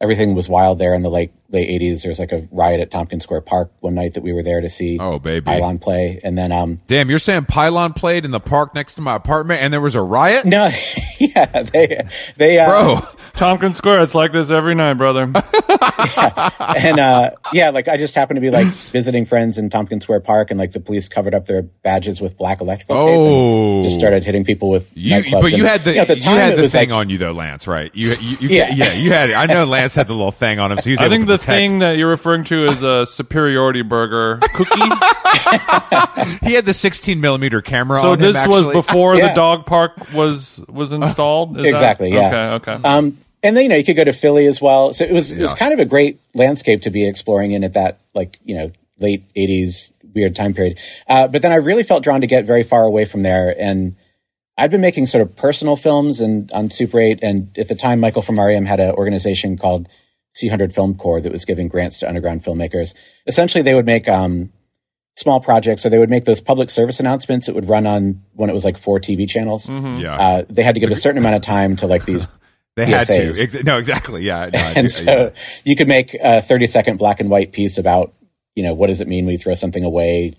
[SPEAKER 3] everything was wild there in the late late eighties. There was like a riot at Tompkins Square Park one night that we were there to see
[SPEAKER 1] Oh baby,
[SPEAKER 3] Pylon play. And then um <laughs>
[SPEAKER 1] damn! You're saying Pylon played in the park next to my apartment, and there was a riot,
[SPEAKER 3] no yeah, they they uh
[SPEAKER 1] bro.
[SPEAKER 2] Tompkins Square. It's like this every night, brother.
[SPEAKER 3] <laughs> and uh yeah, like I just happened to be like visiting friends in Tompkins Square Park and like the police covered up their badges with black electrical tape and
[SPEAKER 1] Oh,
[SPEAKER 3] just started hitting people with
[SPEAKER 1] You,
[SPEAKER 3] nightclubs.
[SPEAKER 1] but you
[SPEAKER 3] And,
[SPEAKER 1] had the,
[SPEAKER 3] you know, at the time
[SPEAKER 1] you had
[SPEAKER 3] it
[SPEAKER 1] the
[SPEAKER 3] was
[SPEAKER 1] thing
[SPEAKER 3] like
[SPEAKER 1] on you though, Lance. Right? You, you, you yeah.
[SPEAKER 3] Yeah.
[SPEAKER 1] you had it. I know Lance had the little thing on him. So he was
[SPEAKER 2] I
[SPEAKER 1] able
[SPEAKER 2] think
[SPEAKER 1] to
[SPEAKER 2] the
[SPEAKER 1] protect.
[SPEAKER 2] thing that you're referring to is a superiority burger cookie.
[SPEAKER 1] he had the 16 millimeter camera.
[SPEAKER 2] so
[SPEAKER 1] on him,
[SPEAKER 2] this was
[SPEAKER 1] actually.
[SPEAKER 2] before the
[SPEAKER 3] Yeah.
[SPEAKER 2] dog park was was installed. Is that-
[SPEAKER 3] Exactly, yeah.
[SPEAKER 2] Okay. Okay.
[SPEAKER 3] Um, and then you know you could go to Philly as well. So it was it was
[SPEAKER 1] Yeah.
[SPEAKER 3] kind of a great landscape to be exploring in at that like you know late '80s weird time period. Uh, but then I really felt drawn to get very far away from there, and I'd been making sort of personal films and on Super 8. And at the time, Michael from REM had an organization called C100 Film Corps that was giving grants to underground filmmakers. Essentially, they would make um, small projects, so they would make those public service announcements that would run on when it was like four TV channels
[SPEAKER 1] Yeah.
[SPEAKER 3] uh, they had to give a certain amount of time to like these
[SPEAKER 1] They had to.
[SPEAKER 3] PSAs.
[SPEAKER 1] Ex- no, exactly. Yeah. no, I do-
[SPEAKER 3] and so <laughs> you could make a 30 second black and white piece about you know what does it mean we throw something away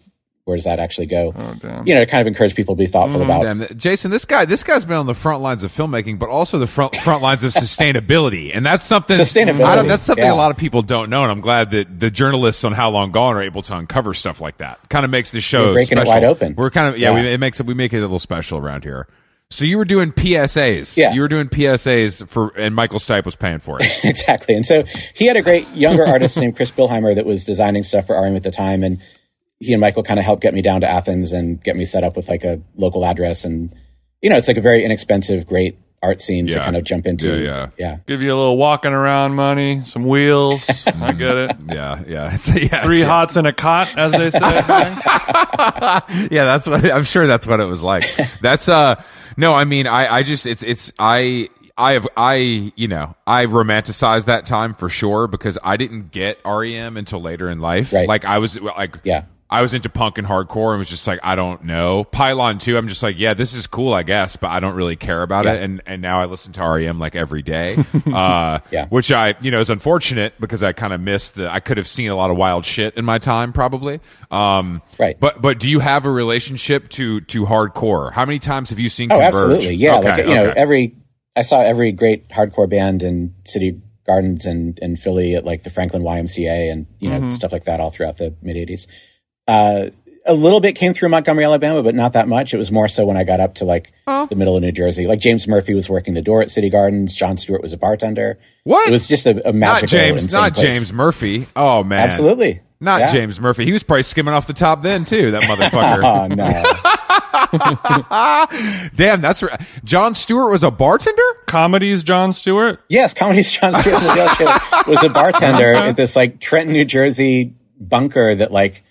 [SPEAKER 3] where does that actually go
[SPEAKER 2] Oh damn.
[SPEAKER 3] you know to kind of encourage people to be thoughtful about
[SPEAKER 1] Damn, th- Jason, this guy, this guy's been on the front lines of filmmaking, but also the front front lines
[SPEAKER 3] <laughs>
[SPEAKER 1] of sustainability, and that's something.
[SPEAKER 3] Sustainability,
[SPEAKER 1] I don't- that's something a
[SPEAKER 3] yeah.
[SPEAKER 1] lot of people don't know, and I'm glad that the journalists on How Long Gone are able to uncover stuff like that. Kind of makes the show
[SPEAKER 3] We're breaking it
[SPEAKER 1] special.
[SPEAKER 3] wide open.
[SPEAKER 1] We're kind of yeah,
[SPEAKER 3] Yeah.
[SPEAKER 1] We, it makes it we make it a little special around here. So you were doing PSAs,
[SPEAKER 3] Yeah.
[SPEAKER 1] You were doing PSAs for, and Michael Stipe was paying
[SPEAKER 3] <laughs>
[SPEAKER 1] for it.
[SPEAKER 3] exactly and so he had a great younger artist named chris bilheimer that was designing stuff for rm at the time and he and michael kind of helped get me down to athens and get me set up with like a local address and you know it's like a very inexpensive great art scene to
[SPEAKER 1] Yeah.
[SPEAKER 3] kind of jump into
[SPEAKER 1] Yeah, yeah.
[SPEAKER 3] yeah
[SPEAKER 2] Give you a little walking around money, some wheels. I get it.
[SPEAKER 1] yeah, yeah, it's, yeah.
[SPEAKER 2] Three
[SPEAKER 1] it's-
[SPEAKER 2] hots and a cot, as they say.
[SPEAKER 1] <laughs> yeah, that's what I'm sure that's what it was
[SPEAKER 3] <laughs>
[SPEAKER 1] like. That's uh no, I mean I I just it's it's I I have I you know I romanticize that time for sure because I didn't get REM until later in life.
[SPEAKER 3] Right.
[SPEAKER 1] Like I was well, like
[SPEAKER 3] Yeah.
[SPEAKER 1] I was into punk and hardcore and was just like I don't know Pylon too. I'm just like yeah this is cool I guess but I don't really care about it and and now I listen to REM like every
[SPEAKER 3] <laughs>
[SPEAKER 1] day. uh,
[SPEAKER 3] Yeah.
[SPEAKER 1] which I you know is unfortunate because I kind of missed the I could have seen a lot of wild shit in my time probably. Um,
[SPEAKER 3] Right.
[SPEAKER 1] but but do you have a relationship to to hardcore? How many times have you seen?
[SPEAKER 3] Oh,
[SPEAKER 1] Converge?
[SPEAKER 3] absolutely. Yeah.
[SPEAKER 1] Okay,
[SPEAKER 3] like, you know,
[SPEAKER 1] okay.
[SPEAKER 3] every, I saw every great hardcore band in City Gardens and in Philly at like the Franklin YMCA and, you know,
[SPEAKER 1] Mm-hmm.
[SPEAKER 3] stuff like that all throughout the mid 80s. Uh, a little bit came through Montgomery, Alabama, but not that much. It was more so when I got up to like the middle of New Jersey. Like James Murphy was working the door at City Gardens. John Stewart was a bartender.
[SPEAKER 1] What?
[SPEAKER 3] It was just a, a
[SPEAKER 1] not
[SPEAKER 3] magical,
[SPEAKER 1] James,
[SPEAKER 3] insane
[SPEAKER 1] not
[SPEAKER 3] place.
[SPEAKER 1] James Murphy. Oh man,
[SPEAKER 3] Absolutely.
[SPEAKER 1] Not
[SPEAKER 3] Yeah.
[SPEAKER 1] James Murphy. He was probably skimming off the top then too. That
[SPEAKER 3] <laughs>
[SPEAKER 1] motherfucker. <laughs>
[SPEAKER 3] Oh no!
[SPEAKER 1] Damn, that's r John Stewart was a bartender.
[SPEAKER 2] Comedies, John Stewart.
[SPEAKER 3] yes, comedy <laughs> John Stewart in the Daily Show was a bartender at this like Trenton, New Jersey bunker that like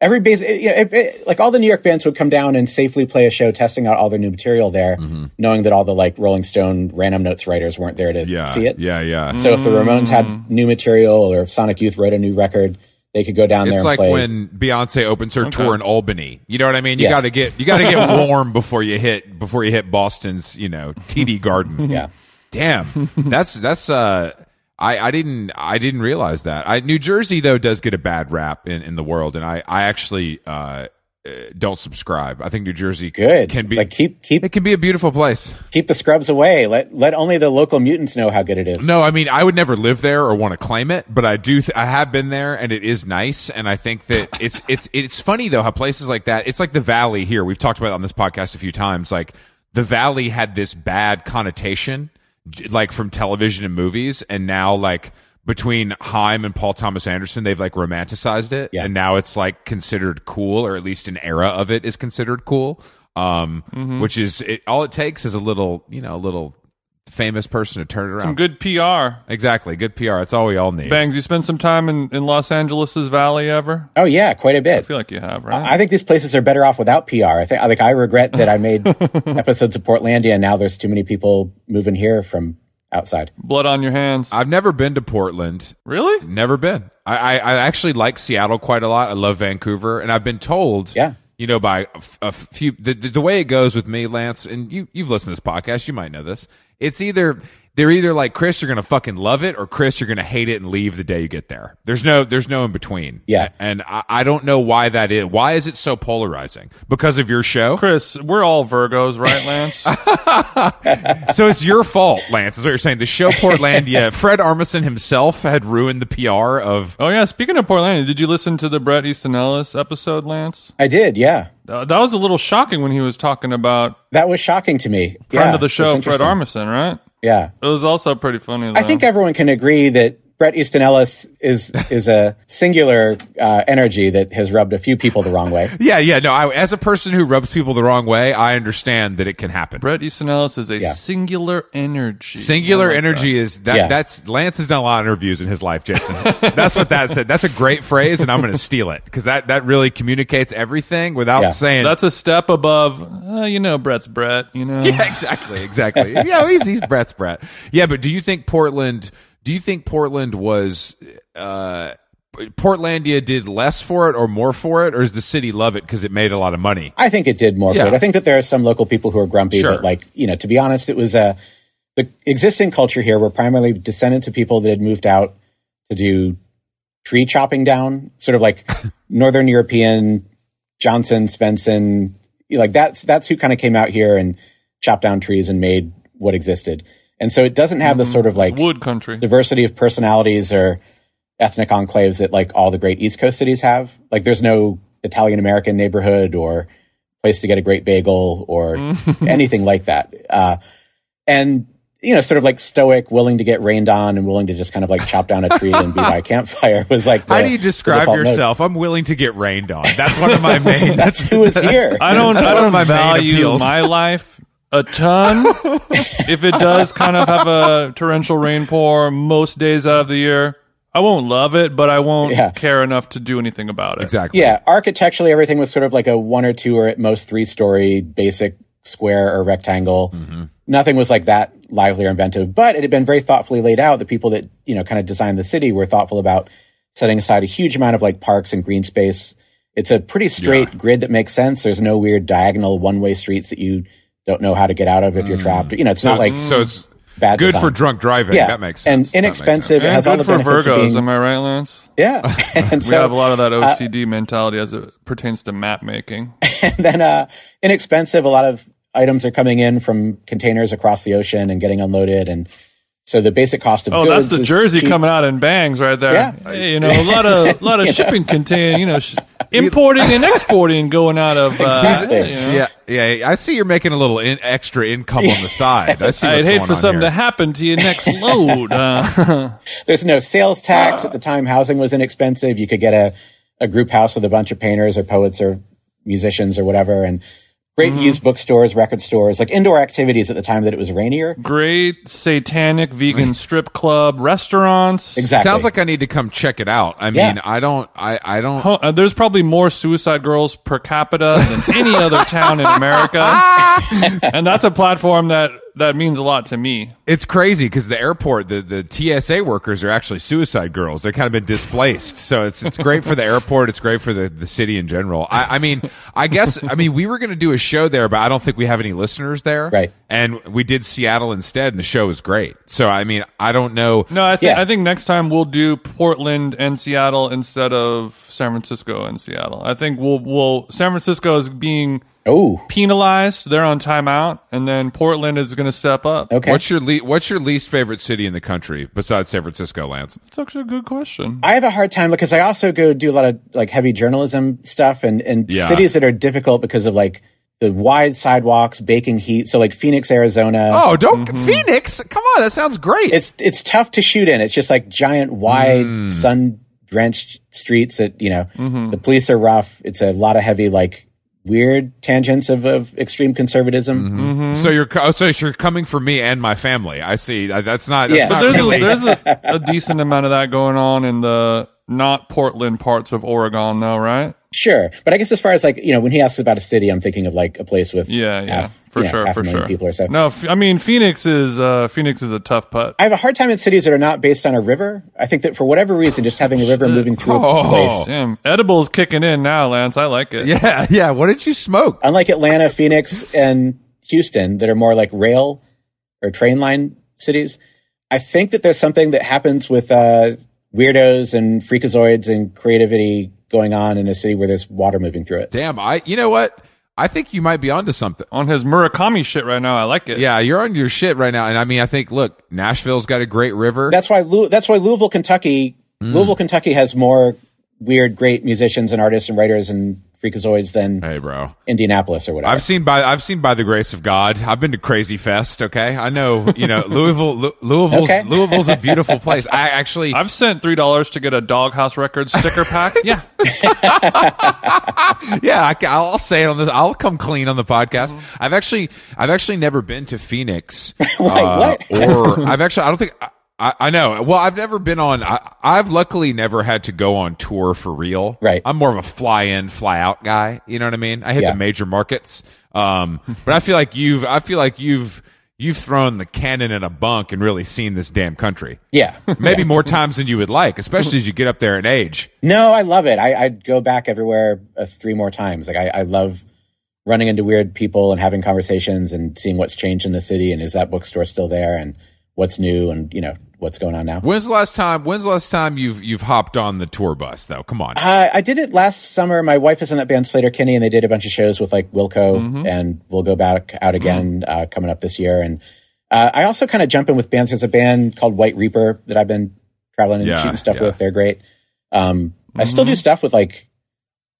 [SPEAKER 3] every base, it, you know, it, it- like all the New York bands would come down and safely play a show, testing out all their new material there,
[SPEAKER 1] Mm-hmm.
[SPEAKER 3] knowing that all the like Rolling Stone random notes writers weren't there to
[SPEAKER 1] Yeah,
[SPEAKER 3] see it. Mm-hmm.
[SPEAKER 1] yeah, yeah.
[SPEAKER 3] So if the Ramones had new material or if Sonic Youth wrote a new record, they could go down there
[SPEAKER 1] It's
[SPEAKER 3] and
[SPEAKER 1] like
[SPEAKER 3] play.
[SPEAKER 1] when Beyonce opens her tour in Albany. You know what I mean? You
[SPEAKER 3] Yes.
[SPEAKER 1] gotta get you gotta
[SPEAKER 3] <laughs>
[SPEAKER 1] get warm before you hit before you hit Boston's you know TD Garden.
[SPEAKER 3] yeah.
[SPEAKER 1] Damn, that's that's uh, I I didn't I didn't realize that. I New Jersey though does get a bad rap in in the world, and I I actually uh uh, don't subscribe. I think New Jersey
[SPEAKER 3] Good.
[SPEAKER 1] can be
[SPEAKER 3] like keep keep
[SPEAKER 1] it can be a beautiful place.
[SPEAKER 3] keep the scrubs away. Let let only the local mutants know how good it is.
[SPEAKER 1] No, I mean I would never live there or want to claim it, but I do. Th- I have been there, and it is nice. And I think that it's it's it's funny though how places like that. It's like the Valley here. We've talked about it on this podcast a few times. Like the Valley had this bad connotation, j- like from television and movies, and now like between Heim and Paul Thomas Anderson, they've like romanticized it,
[SPEAKER 3] Yeah.
[SPEAKER 1] and now it's like considered cool, or at least an era of it is considered cool. Um, which is it, all it takes is a little, you know, a little famous person to turn it around.
[SPEAKER 2] Some good PR.
[SPEAKER 1] Exactly. Good PR. That's all we all need.
[SPEAKER 2] Bangs, you spend some time in, in Los Angeles's Valley ever?
[SPEAKER 3] Oh yeah, quite a bit.
[SPEAKER 2] I feel like you have, right?
[SPEAKER 3] I think these places are better off without PR. I think like I regret that I
[SPEAKER 2] <laughs>
[SPEAKER 3] made episodes of Portlandia and now there's too many people moving here from outside.
[SPEAKER 2] Blood on your hands.
[SPEAKER 1] I've never been to Portland.
[SPEAKER 2] really?
[SPEAKER 1] Never been. I, I, I actually like Seattle quite a lot. I love Vancouver. And I've been told,
[SPEAKER 3] Yeah.
[SPEAKER 1] you know, by a, f- a few, the, the, the way it goes with me, Lance, and you, you've listened to this podcast, you might know this. It's either, they're either like, Chris, you're going to fucking love it, or Chris, you're going to hate it and leave the day you get there. There's no, there's no in between.
[SPEAKER 3] Yeah.
[SPEAKER 1] And I, I don't know why that is. Why is it so polarizing? Because of your show?
[SPEAKER 2] Chris, we're all Virgos, right, Lance?
[SPEAKER 1] so it's your fault, Lance. Is what you're saying? The show Portlandia. Fred Armisen himself had ruined the PR of.
[SPEAKER 2] oh, yeah. Speaking of Portland, did you listen to the Brett Easton Ellis episode, Lance?
[SPEAKER 3] I did, yeah.
[SPEAKER 2] Uh, that was a little shocking when he was talking about
[SPEAKER 3] That was shocking to me.
[SPEAKER 2] friend
[SPEAKER 3] Yeah,
[SPEAKER 2] of the
[SPEAKER 3] it's
[SPEAKER 2] show, Fred
[SPEAKER 3] interesting.
[SPEAKER 2] Armisen, right?
[SPEAKER 3] Yeah.
[SPEAKER 2] It was also pretty funny. Though.
[SPEAKER 3] I think everyone can agree that Brett Easton Ellis is is a singular uh, energy that has rubbed a few people the wrong way.
[SPEAKER 1] Yeah, yeah. No, I, as a person who rubs people the wrong way, I understand that it can happen.
[SPEAKER 2] Brett Easton Ellis is a singular energy.
[SPEAKER 1] Singular energy is that.
[SPEAKER 3] Yeah.
[SPEAKER 1] That's Lance has done a lot of interviews in his life, Jason. that's what that said. That's a great phrase, and I'm going to steal it because that that really communicates everything without
[SPEAKER 3] Yeah.
[SPEAKER 1] saying.
[SPEAKER 2] That's a step above, uh, you know, Brett's Brett, you know.
[SPEAKER 3] <laughs>
[SPEAKER 1] yeah, <laughs> exactly, exactly. yeah, he's he's Brett's Brett. Yeah, but do you think Portland? Do you think Portland was? uh Portlandia did less for it or more for it, or does the city love it because it made a lot of money?
[SPEAKER 3] I think it did more
[SPEAKER 1] Yeah.
[SPEAKER 3] for it. I think that there are some local people who are grumpy,
[SPEAKER 1] Sure.
[SPEAKER 3] but like you know, to be honest, it was a the existing culture here were primarily descendants of people that had moved out to do tree chopping down, sort of
[SPEAKER 1] <laughs>
[SPEAKER 3] like Northern European Johnson, Svensson, like that's that's who kind of came out here and chopped down trees and made what existed. And so it doesn't have
[SPEAKER 1] Mm-hmm.
[SPEAKER 3] the sort of like
[SPEAKER 2] Wood country.
[SPEAKER 3] diversity of personalities or ethnic enclaves that like all the great East Coast cities have. Like there's no Italian American neighborhood or place to get a great bagel or
[SPEAKER 1] Mm. <laughs>
[SPEAKER 3] anything like that. Uh, and you know, sort of like stoic, willing to get rained on and willing to just kind of like chop down a
[SPEAKER 1] <laughs>
[SPEAKER 3] tree and be by a campfire was like. The,
[SPEAKER 1] How do you
[SPEAKER 3] the
[SPEAKER 1] describe
[SPEAKER 3] default mode.
[SPEAKER 1] yourself? I'm willing to get rained on. That's one of
[SPEAKER 3] <laughs>
[SPEAKER 1] my main.
[SPEAKER 3] That's who was here.
[SPEAKER 2] I
[SPEAKER 1] <laughs>
[SPEAKER 2] don't.
[SPEAKER 1] That's
[SPEAKER 2] I
[SPEAKER 1] one of
[SPEAKER 2] don't
[SPEAKER 1] my main
[SPEAKER 2] value
[SPEAKER 1] appeals.
[SPEAKER 2] my life
[SPEAKER 1] <laughs>
[SPEAKER 2] a ton. if it does kind of have a torrential rain pour most days out of the year, I won't love it, but I won't
[SPEAKER 3] Yeah.
[SPEAKER 2] care enough to do anything about it.
[SPEAKER 1] exactly.
[SPEAKER 3] Yeah, architecturally, everything was sort of like a one or two or at most three story basic square or rectangle.
[SPEAKER 1] Mm-hmm.
[SPEAKER 3] Nothing was like that lively or inventive, but it had been very thoughtfully laid out. The people that, you know, kind of designed the city were thoughtful about setting aside a huge amount of like parks and green space. It's a pretty straight grid that makes sense. There's no weird diagonal one way streets that you don't know how to get out of if you're trapped. You know, it's
[SPEAKER 1] Mm. So
[SPEAKER 3] not
[SPEAKER 1] it's,
[SPEAKER 3] like
[SPEAKER 1] so it's
[SPEAKER 3] bad
[SPEAKER 1] good
[SPEAKER 3] design.
[SPEAKER 1] for drunk driving.
[SPEAKER 3] Yeah,
[SPEAKER 1] That makes
[SPEAKER 3] and
[SPEAKER 1] sense. That makes sense.
[SPEAKER 3] inexpensive. It
[SPEAKER 2] And
[SPEAKER 3] has all
[SPEAKER 2] good
[SPEAKER 3] the
[SPEAKER 2] for
[SPEAKER 3] benefits of
[SPEAKER 2] Virgos,
[SPEAKER 3] being-
[SPEAKER 2] am I right, Lance?
[SPEAKER 3] yeah. <laughs>
[SPEAKER 1] <laughs>
[SPEAKER 3] and
[SPEAKER 2] We
[SPEAKER 3] so uh,
[SPEAKER 2] have a lot of that OCD mentality as it pertains to map
[SPEAKER 3] <laughs>
[SPEAKER 2] making.
[SPEAKER 3] and then uh, inexpensive. A lot of items are coming in from containers across the ocean and getting unloaded, and so the basic cost of
[SPEAKER 2] Oh,
[SPEAKER 3] goods
[SPEAKER 2] that's the
[SPEAKER 3] is
[SPEAKER 2] jersey
[SPEAKER 3] cheap.
[SPEAKER 2] coming out in bangs right there.
[SPEAKER 3] Yeah.
[SPEAKER 2] Hey, you know, a lot of lot
[SPEAKER 3] <laughs>
[SPEAKER 2] of shipping contain, you know, sh- importing and exporting going out of. Uh,
[SPEAKER 3] Exactly.
[SPEAKER 2] you know.
[SPEAKER 1] Yeah, yeah. I see you're making a little in, extra
[SPEAKER 3] <laughs>
[SPEAKER 1] income on the side. I see.
[SPEAKER 2] I'd
[SPEAKER 1] what's
[SPEAKER 2] hate
[SPEAKER 1] going
[SPEAKER 2] for
[SPEAKER 1] on
[SPEAKER 2] something
[SPEAKER 1] here.
[SPEAKER 2] to happen to you next load. Uh,
[SPEAKER 3] There's no sales
[SPEAKER 2] Ah.
[SPEAKER 3] tax at the time. Housing was inexpensive. You could get a a group house with a bunch of painters or poets or musicians or whatever, and great
[SPEAKER 2] Mm-hmm.
[SPEAKER 3] used bookstores, record stores, like indoor activities at the time that it was rainier.
[SPEAKER 2] great satanic
[SPEAKER 3] <laughs>
[SPEAKER 2] vegan strip club restaurants.
[SPEAKER 3] Exactly.
[SPEAKER 1] Sounds like I need to come check it out. I
[SPEAKER 3] Yeah.
[SPEAKER 1] mean, I don't. I I don't.
[SPEAKER 2] Ho- uh, There's probably more suicide girls per capita than any
[SPEAKER 3] <laughs>
[SPEAKER 2] other town in America, and that's a platform that that means a lot to me.
[SPEAKER 1] It's crazy because the airport, the, the TSA workers are actually suicide girls. They've kind of been displaced. So it's it's great for the airport. It's great for the, the city in general. I, I mean, I guess, I mean, we were going to do a show there, but I don't think we have any listeners there.
[SPEAKER 3] Right.
[SPEAKER 1] And we did Seattle instead, and the show was great. So, I mean, I don't know.
[SPEAKER 2] No, I think
[SPEAKER 3] Yeah.
[SPEAKER 2] I think next time we'll do Portland and Seattle instead of San Francisco and Seattle. I think we'll we'll San Francisco is being
[SPEAKER 3] oh,
[SPEAKER 2] penalized; they're on timeout, and then Portland is going to step up.
[SPEAKER 3] okay.
[SPEAKER 1] What's your le- what's your least favorite city in the country besides San Francisco, Lance?
[SPEAKER 2] That's actually a good
[SPEAKER 3] <laughs>
[SPEAKER 2] question.
[SPEAKER 3] I have a hard time because I also go do a lot of like heavy journalism stuff and, and
[SPEAKER 1] Yeah.
[SPEAKER 3] cities that are difficult because of like the wide sidewalks, baking heat. So like Phoenix, Arizona.
[SPEAKER 1] Oh, don't Phoenix! Come on, that sounds great.
[SPEAKER 3] It's it's tough to shoot in. It's just like giant, wide,
[SPEAKER 2] Hmm.
[SPEAKER 3] sun drenched streets that, you know,
[SPEAKER 2] Mm-hmm.
[SPEAKER 3] the police are rough. It's a lot of heavy, like weird tangents of, of extreme conservatism.
[SPEAKER 2] Mm-hmm.
[SPEAKER 1] so you're co- so you're coming for me and my family. I see. Uh, That's not.
[SPEAKER 3] Yeah.
[SPEAKER 1] That's
[SPEAKER 3] But
[SPEAKER 1] not
[SPEAKER 2] there's a,
[SPEAKER 1] really-
[SPEAKER 2] there's a, a decent amount of that going on in the not Portland parts of Oregon, though, right?
[SPEAKER 3] Sure. But I guess as far as like, you know, when he asks about a city, I'm thinking of like a place with
[SPEAKER 2] Yeah, yeah,
[SPEAKER 3] half-
[SPEAKER 2] for
[SPEAKER 3] you know,
[SPEAKER 2] sure,
[SPEAKER 3] half a
[SPEAKER 2] for
[SPEAKER 3] million
[SPEAKER 2] sure.
[SPEAKER 3] people or so.
[SPEAKER 2] No, f- I mean Phoenix is uh, Phoenix is a tough putt.
[SPEAKER 3] I have a hard time in cities that are not based on a river. I think that for whatever reason, just having a river moving through a
[SPEAKER 1] Oh.
[SPEAKER 3] place.
[SPEAKER 2] Damn, edibles kicking in now, Lance. I like it.
[SPEAKER 1] Yeah, <laughs> yeah. What did you smoke?
[SPEAKER 3] Unlike Atlanta, Phoenix, and Houston that are more like rail or train line cities, I think that there's something that happens with uh, weirdos and freakazoids and creativity going on in a city where there's water moving through it.
[SPEAKER 1] Damn, I. You know what? I think you might be onto something.
[SPEAKER 2] On his Murakami shit right now, I like it.
[SPEAKER 1] Yeah, you're on your shit right now, and I mean, I think look, Nashville's got a great river.
[SPEAKER 3] That's why Lou- that's why Louisville, Kentucky,
[SPEAKER 1] Mm.
[SPEAKER 3] Louisville, Kentucky has more weird, great musicians and artists and writers and freakazoids than
[SPEAKER 1] hey, bro.
[SPEAKER 3] Indianapolis or whatever.
[SPEAKER 1] I've seen by I've seen by the grace of God. I've been to Crazy Fest. Okay, I know. You know, <laughs> Louisville. Lu- Louisville's
[SPEAKER 3] Okay.
[SPEAKER 1] Louisville's a beautiful place. I actually.
[SPEAKER 2] I've sent three dollars to get a Doghouse Records
[SPEAKER 1] <laughs>
[SPEAKER 2] sticker pack. yeah,
[SPEAKER 1] yeah, I, will say it on this. I'll come clean on the podcast.
[SPEAKER 3] Mm-hmm.
[SPEAKER 1] I've actually, I've actually never been to
[SPEAKER 3] <laughs>
[SPEAKER 1] Phoenix, uh,
[SPEAKER 3] what? <laughs>
[SPEAKER 1] or I've actually, I don't think. I, I, I know. Well, I've never been on. I, I've luckily never had to go on tour for real.
[SPEAKER 3] Right.
[SPEAKER 1] I'm more of a fly in, fly out guy. You know what I mean? I hit
[SPEAKER 3] Yeah.
[SPEAKER 1] the major markets.
[SPEAKER 3] <laughs>
[SPEAKER 1] Um, but I feel like you've, I feel like you've, you've thrown the cannon in a bunk and really seen this damn country.
[SPEAKER 3] yeah.
[SPEAKER 1] Maybe more times than you would like, especially as you get up there in age.
[SPEAKER 3] No, I love it. I, I'd go back everywhere uh, three more times. Like I, I love running into weird people and having conversations and seeing what's changed in the city and is that bookstore still there and what's new and you know what's going on now.
[SPEAKER 1] When's the last time? When's the last time you've you've hopped on the tour bus though? Come on.
[SPEAKER 3] Uh, I did it last summer. My wife is in that band Slater Kinney, and they did a bunch of shows with like Wilco,
[SPEAKER 1] Mm-hmm.
[SPEAKER 3] and we'll go back out again uh, coming up this year. And uh, I also kind of jump in with bands. There's a band called White Reaper that I've been traveling and
[SPEAKER 1] Yeah,
[SPEAKER 3] shooting stuff
[SPEAKER 1] yeah. Mm-hmm.
[SPEAKER 3] with. They're great. Um, I still do stuff with like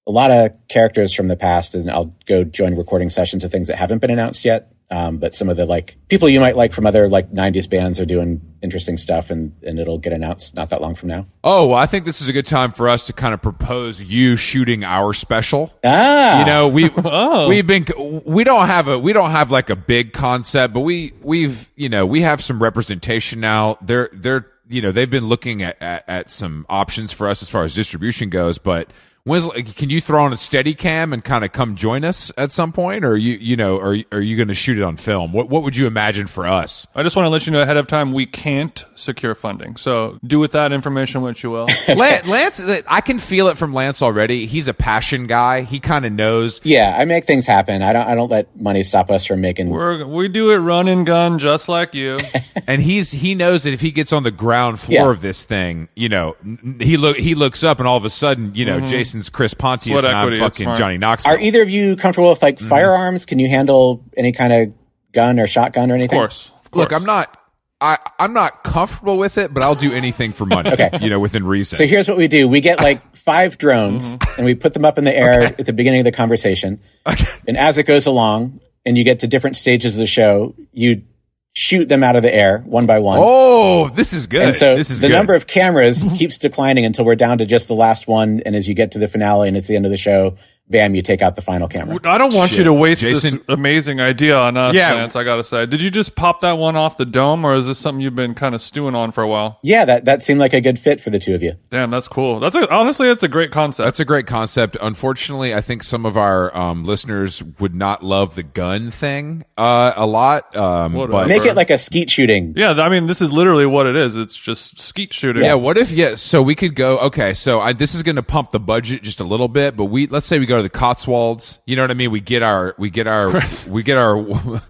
[SPEAKER 3] a lot of characters from the past, and I'll go join recording sessions of things that haven't been announced yet. Um, but some of the like people you might like from other like '90s bands are doing interesting stuff, and and it'll get announced not that long from now.
[SPEAKER 1] Oh, well, I think this is a good time for us to kind of propose you shooting our special.
[SPEAKER 3] Ah,
[SPEAKER 1] You know, we
[SPEAKER 2] Oh.
[SPEAKER 1] we've been we don't have a we don't have like a big concept, but we we've you know we have some representation now. They're they're you know they've been looking at at, at some options for us as far as distribution goes, but. When's, can you throw on a steady cam and kind of come join us at some point or you you know are, you- are you going to shoot it on film what what would you imagine for us
[SPEAKER 2] I just want to let you know ahead of time we can't secure funding. So do with that information what
[SPEAKER 1] <laughs>
[SPEAKER 2] you will.
[SPEAKER 1] Lan- Lance, uh, I can feel it from Lance already. He's a passion guy. He kind of knows.
[SPEAKER 3] Yeah, I make things happen. I don't. I don't let money stop us from making.
[SPEAKER 2] We're, we do it run and gun just
[SPEAKER 1] <laughs>
[SPEAKER 2] like you.
[SPEAKER 1] and he's he knows that if he gets on the ground floor
[SPEAKER 3] Yeah.
[SPEAKER 1] of this thing, you know, n- n- he look he looks up and all of a sudden, you know,
[SPEAKER 3] Mm-hmm.
[SPEAKER 1] Jason's Chris Pontius
[SPEAKER 2] Split
[SPEAKER 1] and I'm
[SPEAKER 2] equity, it's
[SPEAKER 1] fucking
[SPEAKER 2] smart.
[SPEAKER 1] Johnny Knoxville.
[SPEAKER 3] Are either of you comfortable with
[SPEAKER 1] Mm-hmm.
[SPEAKER 3] like firearms? Can you handle any kind of gun or shotgun or
[SPEAKER 2] Of
[SPEAKER 3] anything?
[SPEAKER 2] course. Of course.
[SPEAKER 1] look, I'm not I I'm not comfortable with it, but I'll do anything for money.
[SPEAKER 3] <laughs> Okay.
[SPEAKER 1] you know, within reason.
[SPEAKER 3] So here's what we do:
[SPEAKER 1] <laughs>
[SPEAKER 3] we get like five drones
[SPEAKER 1] Mm-hmm.
[SPEAKER 3] and we put them up in the air at the beginning of the conversation, and as it goes along, and you get to different stages of the show, you shoot them out of the air one by one.
[SPEAKER 1] oh, this is good.
[SPEAKER 3] And so
[SPEAKER 1] this is
[SPEAKER 3] the
[SPEAKER 1] good. Mm-hmm.
[SPEAKER 3] number of cameras keeps declining until we're down to just the last one. And as you get to the finale and it's the end of the show, bam, you take out the final camera.
[SPEAKER 2] I don't want you to waste
[SPEAKER 1] Jason-
[SPEAKER 2] this amazing idea on us,
[SPEAKER 1] Yeah.
[SPEAKER 2] Lance. I gotta say, did you just pop that one off the dome, or is this something you've been kind of stewing on for a while?
[SPEAKER 3] Yeah, that, that seemed like a good fit for the two of you.
[SPEAKER 2] Damn, that's cool. That's a, honestly, that's a great concept.
[SPEAKER 1] That's a great concept. Unfortunately, I think some of our um, listeners would not love the gun thing uh, a lot. Um, but
[SPEAKER 2] Whatever.
[SPEAKER 3] Make it like a skeet shooting.
[SPEAKER 2] yeah, I mean, this is literally what it is. It's just skeet shooting.
[SPEAKER 1] Yeah, what if yeah, so we could go okay, so I this is going to pump the budget just a little bit, but we let's say we go to the Cotswolds, you know what I mean? We get our we get our we get our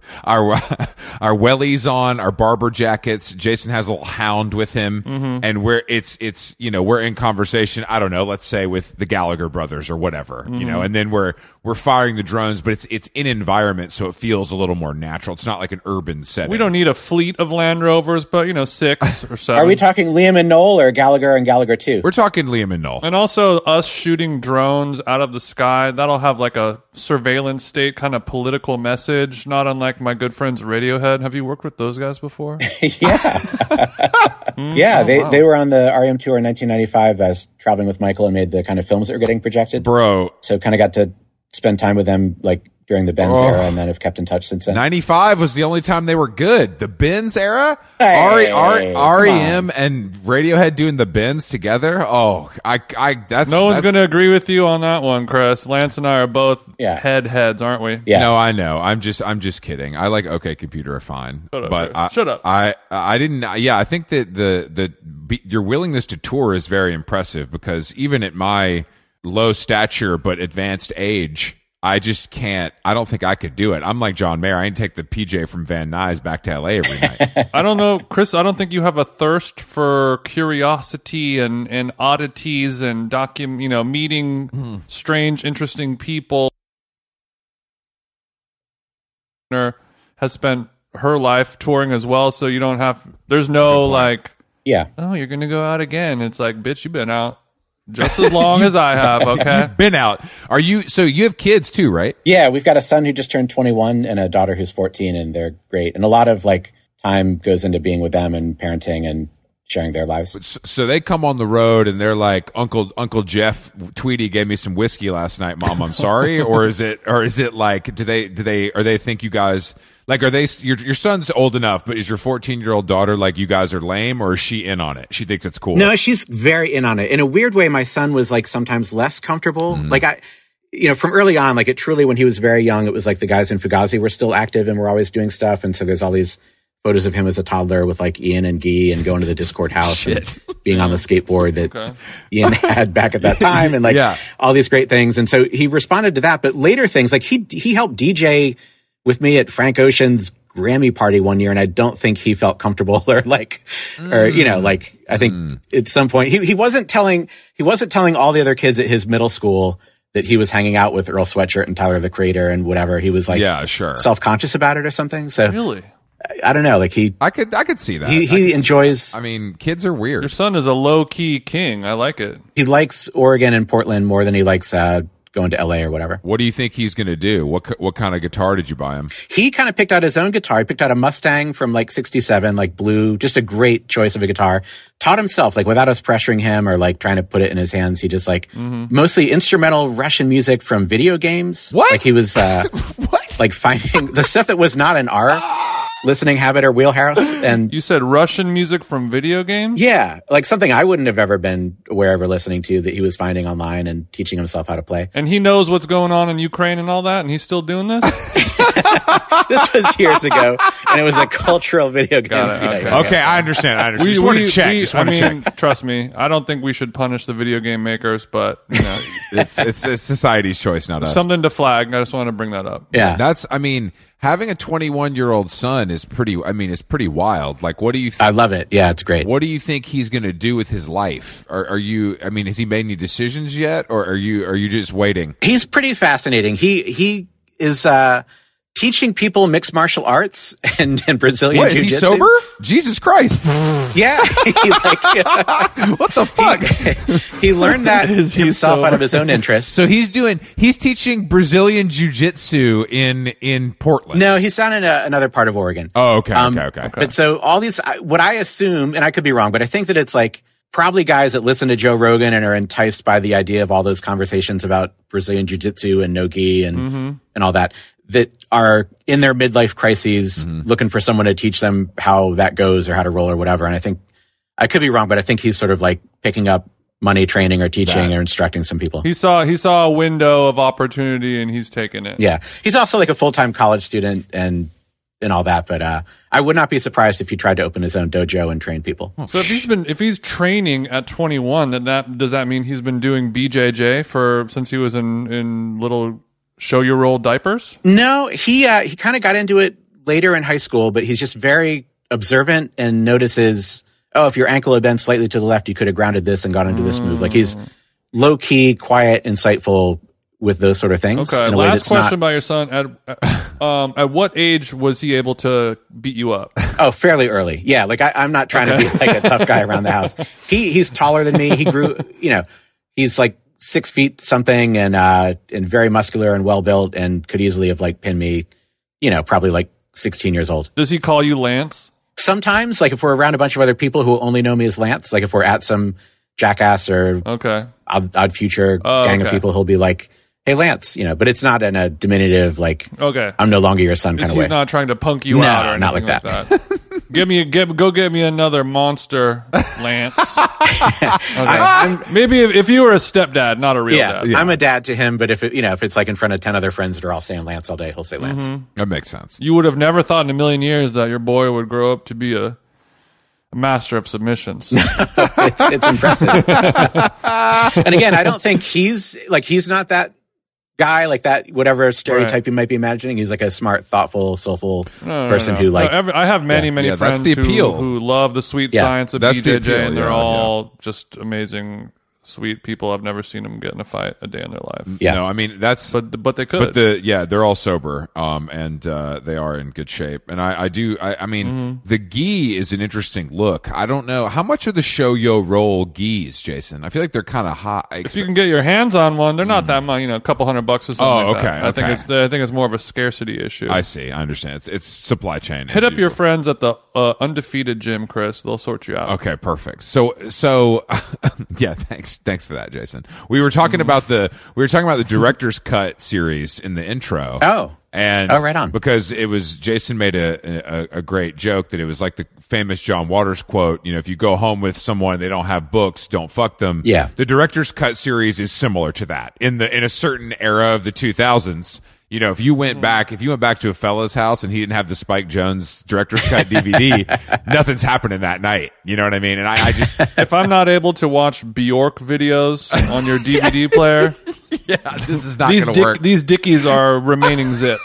[SPEAKER 1] <laughs> our <laughs> our wellies on, our barber jackets. Jason has a little hound with him
[SPEAKER 2] Mm-hmm.
[SPEAKER 1] and we're it's it's you know, we're in conversation, I don't know, let's say with the Gallagher brothers or whatever, you
[SPEAKER 2] Mm-hmm.
[SPEAKER 1] know, and then we're we're firing the drones, but it's it's in environment so it feels a little more natural. It's not like an urban setting.
[SPEAKER 2] we don't need a fleet of Land Rovers, but you know,
[SPEAKER 3] <laughs>
[SPEAKER 2] six or seven.
[SPEAKER 3] Are we talking Liam and Noel or Gallagher and Gallagher too?
[SPEAKER 1] We're talking Liam and Noel.
[SPEAKER 2] and also us shooting drones out of the sky. That'll have like a surveillance state kind of political message, not unlike my good friends Radiohead. Have you worked with those guys
[SPEAKER 3] <laughs>
[SPEAKER 2] before?
[SPEAKER 3] yeah, they, they were on the REM tour in 1995 as traveling with Michael and made the kind of films that were getting projected.
[SPEAKER 1] Bro,
[SPEAKER 3] So kind of got to spend time with them like during the Benz
[SPEAKER 1] Oh.
[SPEAKER 3] era and then have kept in touch since then.
[SPEAKER 1] 95 was the only time they were good. The Bins era?
[SPEAKER 3] Hey,
[SPEAKER 1] R-
[SPEAKER 3] come
[SPEAKER 1] R-
[SPEAKER 3] on.
[SPEAKER 1] REM and Radiohead doing the Bins together? Oh, I, I, that's
[SPEAKER 2] No one's
[SPEAKER 1] that's-
[SPEAKER 2] going to agree with you on that one, Chris. Lance and I are both
[SPEAKER 3] Yeah.
[SPEAKER 2] head heads, aren't we?
[SPEAKER 3] Yeah.
[SPEAKER 1] No, I know. I'm just, I'm just kidding. I like OK Computer are fine,
[SPEAKER 2] up,
[SPEAKER 1] but
[SPEAKER 2] Chris.
[SPEAKER 1] I,
[SPEAKER 2] Shut up.
[SPEAKER 1] I, I didn't. Yeah, I think that the the be, your willingness to tour is very impressive because even at my low stature but advanced age, I just can't. I don't think I could do it. I'm like John Mayer. I ain't take the PJ from Van Nuys back to LA every night.
[SPEAKER 2] I don't know, Chris. I don't think you have a thirst for curiosity and, and oddities and document, you know, meeting strange, interesting people. Has spent her life touring as well, so you don't have. There's no like,
[SPEAKER 3] Yeah.
[SPEAKER 2] oh, you're gonna go out again. It's like, bitch, you've been out just as long as I have. Okay,
[SPEAKER 1] <laughs> been out. Are you? So you have kids too, right?
[SPEAKER 3] Yeah, we've got a son who just turned 21 and a daughter who's 14 and they're great. And a lot of like time goes into being with them and parenting and sharing their lives.
[SPEAKER 1] S- So they come on the road and they're like, Uncle Uncle Jeff Tweedy gave me some whiskey last night, Mom. I'm
[SPEAKER 2] <laughs>
[SPEAKER 1] sorry. or is it? Or is it like? Do they? Do they? Or they think you guys? Like, are they? Your your son's old enough, but is your 14 year old daughter like you guys are lame, or is she in on it? She thinks it's cool.
[SPEAKER 3] No, she's very in on it. In a weird way, my son was like sometimes less comfortable.
[SPEAKER 1] Mm-hmm.
[SPEAKER 3] Like I, you know, from early on, like it truly when he was very young, it was like the guys in Fugazi were still active and were always doing stuff. And so there's all these photos of him as a toddler with like Ian and Guy and going to the Discord house. And being on the skateboard that
[SPEAKER 2] Okay.
[SPEAKER 3] Ian had back at that time and like
[SPEAKER 1] <laughs> Yeah.
[SPEAKER 3] all these great things. And so he responded to that, but later things like he, he helped DJ with me at Frank Ocean's Grammy party one year. And I don't think he felt comfortable <laughs> or like, or, you
[SPEAKER 1] Mm.
[SPEAKER 3] know, like I think at some point he, he wasn't telling, he wasn't telling all the other kids at his middle school that he was hanging out with Earl Sweatshirt and Tyler the Creator and whatever. He was like
[SPEAKER 1] yeah, sure.
[SPEAKER 3] self conscious about it or something. So
[SPEAKER 2] Really?
[SPEAKER 3] I- I don't know. Like he,
[SPEAKER 1] I could I could see that.
[SPEAKER 3] he,
[SPEAKER 1] I could-
[SPEAKER 3] he enjoys
[SPEAKER 1] I mean, kids are
[SPEAKER 2] Your
[SPEAKER 1] weird.
[SPEAKER 2] son is a low key king. I like it.
[SPEAKER 3] he likes Oregon and Portland more than he likes uh, going to LA or whatever.
[SPEAKER 1] What do you think he's going to do? What ki- what kind of guitar did you buy
[SPEAKER 3] <laughs>
[SPEAKER 1] him?
[SPEAKER 3] He kind of picked out his own guitar. He picked out a Mustang from like 67, like blue, just a great choice of a guitar. Taught himself, like without us pressuring him or like trying to put it in his hands. He just like
[SPEAKER 2] Mm-hmm.
[SPEAKER 3] mostly instrumental Russian music from video games.
[SPEAKER 1] What?
[SPEAKER 3] Like he
[SPEAKER 2] <laughs>
[SPEAKER 3] was uh,
[SPEAKER 1] What?
[SPEAKER 3] like finding the stuff that was not in our
[SPEAKER 2] <gasps>
[SPEAKER 3] listening habit or wheelhouse. And
[SPEAKER 2] You said Russian music from video games?
[SPEAKER 3] Yeah, like something I wouldn't have ever been aware of or listening to that he was finding online and teaching himself how
[SPEAKER 2] <laughs>
[SPEAKER 3] to play.
[SPEAKER 2] And he knows what's going on in Ukraine and all that, and he's still doing
[SPEAKER 3] <laughs>
[SPEAKER 2] this?
[SPEAKER 3] This was years ago, and it was a cultural video game.
[SPEAKER 2] Got it,
[SPEAKER 3] Yeah,
[SPEAKER 2] okay.
[SPEAKER 3] yeah,
[SPEAKER 1] okay, I understand. I understand.
[SPEAKER 2] We-
[SPEAKER 1] just want
[SPEAKER 2] we-
[SPEAKER 1] to check.
[SPEAKER 2] we-
[SPEAKER 1] just
[SPEAKER 2] I
[SPEAKER 1] want to check.
[SPEAKER 2] mean, trust me, I don't think we should punish the video game makers, but you
[SPEAKER 3] <laughs>
[SPEAKER 2] know,
[SPEAKER 1] It's, it's it's society's choice, not us.
[SPEAKER 2] something to flag. I just want to bring that up.
[SPEAKER 3] yeah.
[SPEAKER 1] That's I mean, having a 21 year old son is pretty. I mean, it's pretty wild. Like, what do you think?
[SPEAKER 3] I love it. Yeah, it's great.
[SPEAKER 1] What do you think he's going to do with his life? Are, are you? I mean, has he made any decisions yet, or are you? Are you just waiting?
[SPEAKER 3] He's pretty fascinating. He he is uh, teaching people mixed martial arts and, and Brazilian
[SPEAKER 1] What is he
[SPEAKER 3] jiu-jitsu.
[SPEAKER 1] sober? Jesus Christ!
[SPEAKER 3] Yeah, <laughs> he, like, <laughs>
[SPEAKER 1] What the fuck?
[SPEAKER 3] he
[SPEAKER 1] <laughs>
[SPEAKER 3] learned that
[SPEAKER 2] Is he
[SPEAKER 3] himself out
[SPEAKER 2] sober?
[SPEAKER 3] of his own interests.
[SPEAKER 1] so he's doing. He's teaching Brazilian jiu-jitsu in in Portland.
[SPEAKER 3] No, he's down in a, another part of Oregon.
[SPEAKER 1] Oh, okay,
[SPEAKER 3] Um,
[SPEAKER 1] okay, okay,
[SPEAKER 3] But so all these, I- what I assume, and I could be wrong, but I think that it's like probably guys that listen to Joe Rogan and are enticed by the idea of all those conversations about Brazilian Jiu Jitsu and Nogi and, and all that, that are in their midlife crises looking for someone to teach them how that goes or how to roll or whatever. And I think I could be wrong, but I think he's sort of like picking up money training or teaching or instructing some people.
[SPEAKER 2] He saw he saw a window of opportunity and he's taking it.
[SPEAKER 3] Yeah. He's also like a full time college student and, and all that. But, uh, I would not be surprised if he tried to open his own dojo and train people.
[SPEAKER 2] So if he's been if he's training at 21, then that does that mean he's been doing BJJ for since he was in in little show your old diapers?
[SPEAKER 3] No, he, uh, he kind of got into it later in high school, but he's just very observant and notices, oh, if your ankle had been slightly to the left, you could have grounded this and gone into this move. Like he's low key, quiet, insightful with those sort of things.
[SPEAKER 2] Okay.
[SPEAKER 3] in a way
[SPEAKER 2] Last
[SPEAKER 3] that's not-
[SPEAKER 2] question by your son. At <laughs> um, at what age was he able to beat you up?
[SPEAKER 3] Oh, fairly early. Yeah, like I, I'm not trying to be like a tough guy around the
[SPEAKER 2] <laughs>
[SPEAKER 3] house. He he's taller than me. He grew, you know, he's like six feet something, and uh, and very muscular and well built, and could easily have like pinned me, you know, probably like 16 years old.
[SPEAKER 2] Does he call you Lance?
[SPEAKER 3] Sometimes, like if we're around a bunch of other people who only know me as Lance, like if we're at some jackass or
[SPEAKER 2] Okay.
[SPEAKER 3] odd, odd future
[SPEAKER 2] Oh,
[SPEAKER 3] gang of
[SPEAKER 2] okay.
[SPEAKER 3] people, he'll be like, "Hey, Lance," you know, but it's not in a diminutive like
[SPEAKER 2] Okay.
[SPEAKER 3] I'm no longer your son kind
[SPEAKER 2] He's
[SPEAKER 3] of way.
[SPEAKER 2] not trying to punk you
[SPEAKER 3] No,
[SPEAKER 2] out or
[SPEAKER 3] not
[SPEAKER 2] anything like
[SPEAKER 3] like
[SPEAKER 2] that.
[SPEAKER 3] <laughs>
[SPEAKER 2] Give me a get, go get me another monster,
[SPEAKER 3] <laughs>
[SPEAKER 2] Lance.
[SPEAKER 3] I-
[SPEAKER 2] Okay. Maybe if, if you were a stepdad, not a real
[SPEAKER 3] yeah,
[SPEAKER 2] dad.
[SPEAKER 3] I'm a dad to him, but if it, you know if it's like in front of ten other friends that are all saying Lance all day, he'll say Lance.
[SPEAKER 2] Mm-hmm.
[SPEAKER 1] that makes sense.
[SPEAKER 2] You would have never thought in a million years that your boy would grow up to be a, a master of submissions.
[SPEAKER 3] <laughs> It's,
[SPEAKER 2] <laughs>
[SPEAKER 3] it's impressive. and again, I don't think he's like he's not that guy like that whatever stereotype
[SPEAKER 2] Right.
[SPEAKER 3] you might be imagining. He's like a smart, thoughtful, soulful
[SPEAKER 2] No, no,
[SPEAKER 3] person
[SPEAKER 2] no.
[SPEAKER 3] who
[SPEAKER 2] No,
[SPEAKER 3] <laughs> like
[SPEAKER 2] every- I have many, many
[SPEAKER 1] Yeah, that's
[SPEAKER 2] friends
[SPEAKER 1] the
[SPEAKER 2] who-
[SPEAKER 1] appeal.
[SPEAKER 2] Who, love the sweet
[SPEAKER 3] Yeah,
[SPEAKER 2] science of
[SPEAKER 1] that's the
[SPEAKER 2] BJJ,
[SPEAKER 1] appeal,
[SPEAKER 2] and they're
[SPEAKER 1] yeah,
[SPEAKER 2] all just amazing, sweet people. I've never seen them get in a fight a day in their life.
[SPEAKER 3] Yeah.
[SPEAKER 1] No, I mean that's
[SPEAKER 2] But but they could.
[SPEAKER 1] But the yeah, they're all sober, um, and uh, they are in good shape. And I, I do, I, I mean, the gi is an interesting look. I don't know how much of the show yo roll gis, Jason. I feel like they're kind of hot. I
[SPEAKER 2] if you can get your hands on one, they're not that much. You know, a couple hundred bucks or something.
[SPEAKER 1] Mm. Oh,
[SPEAKER 2] like that.
[SPEAKER 1] okay,
[SPEAKER 2] I think
[SPEAKER 1] okay.
[SPEAKER 2] it's I think it's more of a scarcity issue.
[SPEAKER 1] I see, I understand. It's it's supply chain.
[SPEAKER 2] Hit
[SPEAKER 1] as
[SPEAKER 2] up your
[SPEAKER 1] usual.
[SPEAKER 2] friends at the uh, undefeated gym, Chris. They'll sort you out.
[SPEAKER 1] Okay, perfect. So, so <laughs> yeah, thanks, thanks for that, Jason. We were talking about the we were talking about the director's cut series in the intro.
[SPEAKER 3] Oh.
[SPEAKER 1] and
[SPEAKER 3] Oh, right on.
[SPEAKER 1] because it was Jason made a, a a great joke that it was like the famous John Waters quote. You know, if you go home with someone they don't have books, don't fuck them.
[SPEAKER 3] Yeah.
[SPEAKER 1] the director's cut series is similar to that in the in a certain era of the two thousands. You know, if you went back, if you went back to a fella's house and he didn't have the Spike Jones director's cut <laughs> DVD, nothing's happening that night. You know what I mean? And I, I just,
[SPEAKER 2] If I'm not able to watch Bjork videos
[SPEAKER 1] <laughs>
[SPEAKER 2] on your DVD player,
[SPEAKER 1] <laughs> yeah, this is not going
[SPEAKER 2] these
[SPEAKER 1] to
[SPEAKER 2] dick,
[SPEAKER 1] work.
[SPEAKER 2] these
[SPEAKER 1] <laughs>
[SPEAKER 2] dickies are remaining zipped.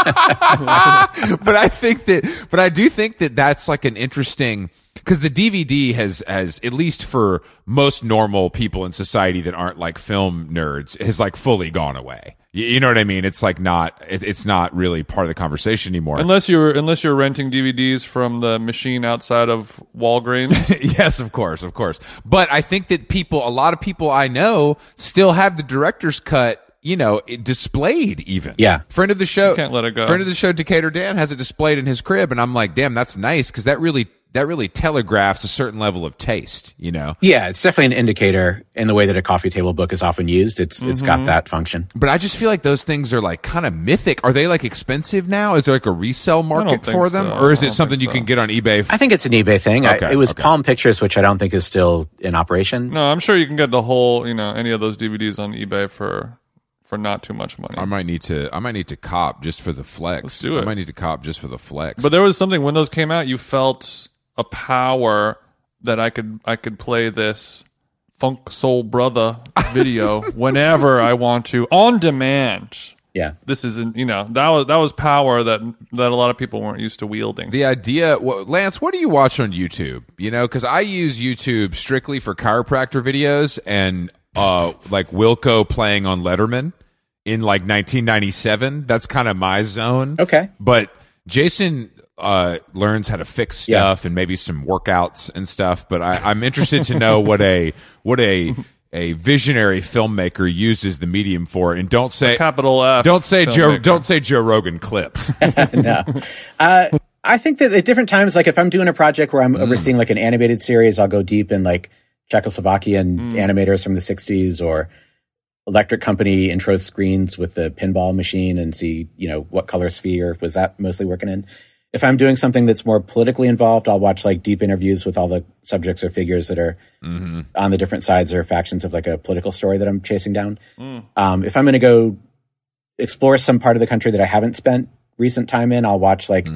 [SPEAKER 1] <laughs> but I think that, but I do think that that's like an interesting because the DVD has, has at least for most normal people in society that aren't like film nerds, has like fully gone away. You, you know what I mean? It's like not, it, it's not really part of the conversation anymore.
[SPEAKER 2] Unless you're unless you're renting DVDs from the machine outside of
[SPEAKER 1] <laughs>
[SPEAKER 2] Walgreens.
[SPEAKER 1] yes, of course, of course. But I think that people, a lot of people I know, still have the director's cut. You know, it displayed even.
[SPEAKER 3] Yeah.
[SPEAKER 1] friend of the show
[SPEAKER 2] can't let it go.
[SPEAKER 1] Friend of the show, Decatur Dan has it displayed in his crib, and I'm like, damn, that's nice because that really that really telegraphs a certain level of taste. You know,
[SPEAKER 3] Yeah, it's definitely an indicator in the way that a coffee table book is often used. It's it's
[SPEAKER 1] Mm-hmm.
[SPEAKER 3] got that function.
[SPEAKER 1] but I just feel like those things are like kind of mythic. Are they like expensive now? Is there like a resale market
[SPEAKER 2] think
[SPEAKER 1] for them,
[SPEAKER 2] so.
[SPEAKER 1] or is it
[SPEAKER 2] I don't
[SPEAKER 1] something you
[SPEAKER 2] think so.
[SPEAKER 1] can get on eBay? For-
[SPEAKER 3] I think it's an eBay thing.
[SPEAKER 1] Okay,
[SPEAKER 3] I, it was
[SPEAKER 1] okay.
[SPEAKER 3] Palm Pictures, which I don't think is still in operation.
[SPEAKER 2] no, I'm sure you can get the whole you know any of those DVDs on eBay for for not too much money.
[SPEAKER 1] I might need to. I might need to cop just for the flex.
[SPEAKER 2] do
[SPEAKER 1] I
[SPEAKER 2] it.
[SPEAKER 1] might need to cop just for the flex.
[SPEAKER 2] But there was something when those came out, you felt a power that I could I could play this funk soul brother
[SPEAKER 1] <laughs>
[SPEAKER 2] video whenever I want to on demand.
[SPEAKER 3] Yeah.
[SPEAKER 2] This isn't you know that was that was power that that a lot of people weren't used to wielding.
[SPEAKER 1] the idea wha- lance what do you watch on youtube you know because i use youtube strictly for chiropractor videos and uh like wilco playing on letterman in like 1997 that's kind of my zone
[SPEAKER 3] Okay.
[SPEAKER 1] but jason uh learns how to fix stuff and maybe some workouts and stuff but I, i'm interested to know what a what a a visionary filmmaker uses the medium for and don't say
[SPEAKER 2] Capital F.
[SPEAKER 1] don't say joe
[SPEAKER 2] filmmaker.
[SPEAKER 1] don't say joe rogan clips <laughs>
[SPEAKER 3] no. Uh, I think that at different times, like if I'm doing a project where I'm
[SPEAKER 1] Mm.
[SPEAKER 3] overseeing like an animated series, I'll go deep in like Czechoslovakian
[SPEAKER 1] Mm.
[SPEAKER 3] animators from the 60s or Electric Company intro screens with the pinball machine and see, you know, what color sphere was that mostly working in. If I'm doing something that's more politically involved, I'll watch like deep interviews with all the subjects or figures that are on the different sides or factions of like a political story that I'm chasing down. Um, if I'm going to go explore some part of the country that I haven't spent recent time in, I'll watch like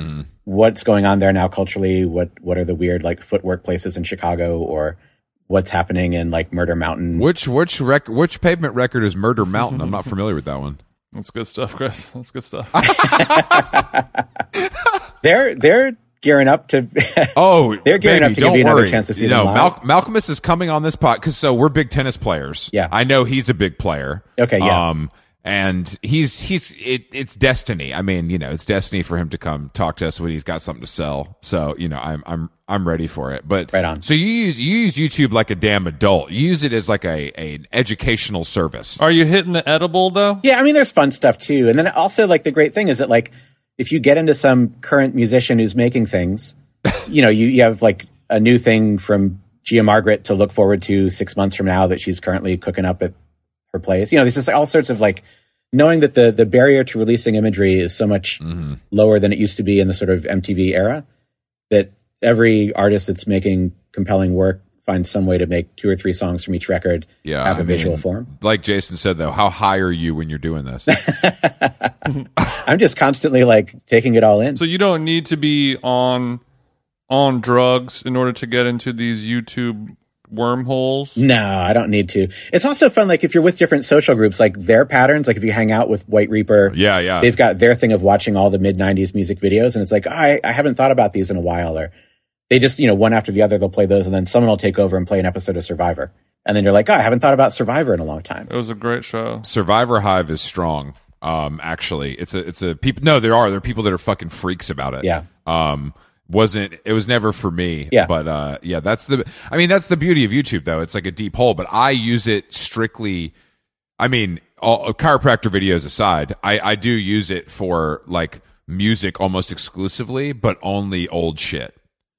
[SPEAKER 3] what's going on there now culturally. What what are the weird like footwork places in Chicago or what's happening in like Murder Mountain?
[SPEAKER 1] Which which rec- which pavement record is Murder Mountain? I'm
[SPEAKER 3] <laughs>
[SPEAKER 1] not familiar with that one.
[SPEAKER 2] That's good stuff, Chris. <laughs> That's good stuff.
[SPEAKER 3] They're they're gearing up to. <laughs>
[SPEAKER 1] Oh,
[SPEAKER 3] They're gearing
[SPEAKER 1] baby,
[SPEAKER 3] up to give
[SPEAKER 1] don't
[SPEAKER 3] you another
[SPEAKER 1] worry.
[SPEAKER 3] chance to see
[SPEAKER 1] You know,
[SPEAKER 3] them live.
[SPEAKER 1] Malcolmus is coming on this pod because so we're big tennis players.
[SPEAKER 3] Yeah.
[SPEAKER 1] I know he's a big player.
[SPEAKER 3] Okay, yeah.
[SPEAKER 1] Um, and he's he's it, it's destiny. I mean, you know, it's destiny for him to come talk to us when he's got something to sell. So you know, I'm I'm I'm ready for it. But
[SPEAKER 3] Right on.
[SPEAKER 1] So you use you use YouTube like a damn adult. You use it as like a, a an educational service.
[SPEAKER 2] Are you hitting the edible though?
[SPEAKER 3] yeah, I mean, there's fun stuff too, and then also like the great thing is that like if you get into some current musician who's making things, you know, you you have like a new thing from. Gia Margaret to look forward to six months from now that she's currently cooking up at her place. You know, there's just all sorts of like knowing that the the barrier to releasing imagery is so much
[SPEAKER 1] Mm-hmm.
[SPEAKER 3] lower than it used to be in the sort of MTV era that every artist that's making compelling work finds some way to make two or three songs from each record
[SPEAKER 1] Yeah,
[SPEAKER 3] have a
[SPEAKER 1] I
[SPEAKER 3] visual
[SPEAKER 1] mean,
[SPEAKER 3] form.
[SPEAKER 1] Like Jason said though, how high are you when you're doing this?
[SPEAKER 3] I'm just constantly like taking it all in.
[SPEAKER 2] So you don't need to be on on drugs in order to get into these YouTube wormholes.
[SPEAKER 1] Mm.
[SPEAKER 3] no, I don't need to. It's also fun like if you're with different social groups like their patterns like if you hang out with White Reaper
[SPEAKER 1] yeah, yeah.
[SPEAKER 3] they've got their thing of watching all the mid 90s music videos and it's like "Oh, I, I haven't thought about these in a while or they just you know one after the other they'll play those and then someone will take over and play an episode of survivor and then you're like oh i haven't thought about survivor in a long time
[SPEAKER 2] It was a great show.
[SPEAKER 1] Survivor Hive is strong. Um, actually, it's a it's a people. No, there are there are people that are fucking freaks about it.
[SPEAKER 3] Yeah.
[SPEAKER 1] Um, wasn't it was never for me.
[SPEAKER 3] Yeah.
[SPEAKER 1] But uh, yeah, that's the. I mean, that's the beauty of YouTube though. It's like a deep hole, but I use it strictly. I mean, all, uh, chiropractor videos aside, I I do use it for like music almost exclusively, but only old shit.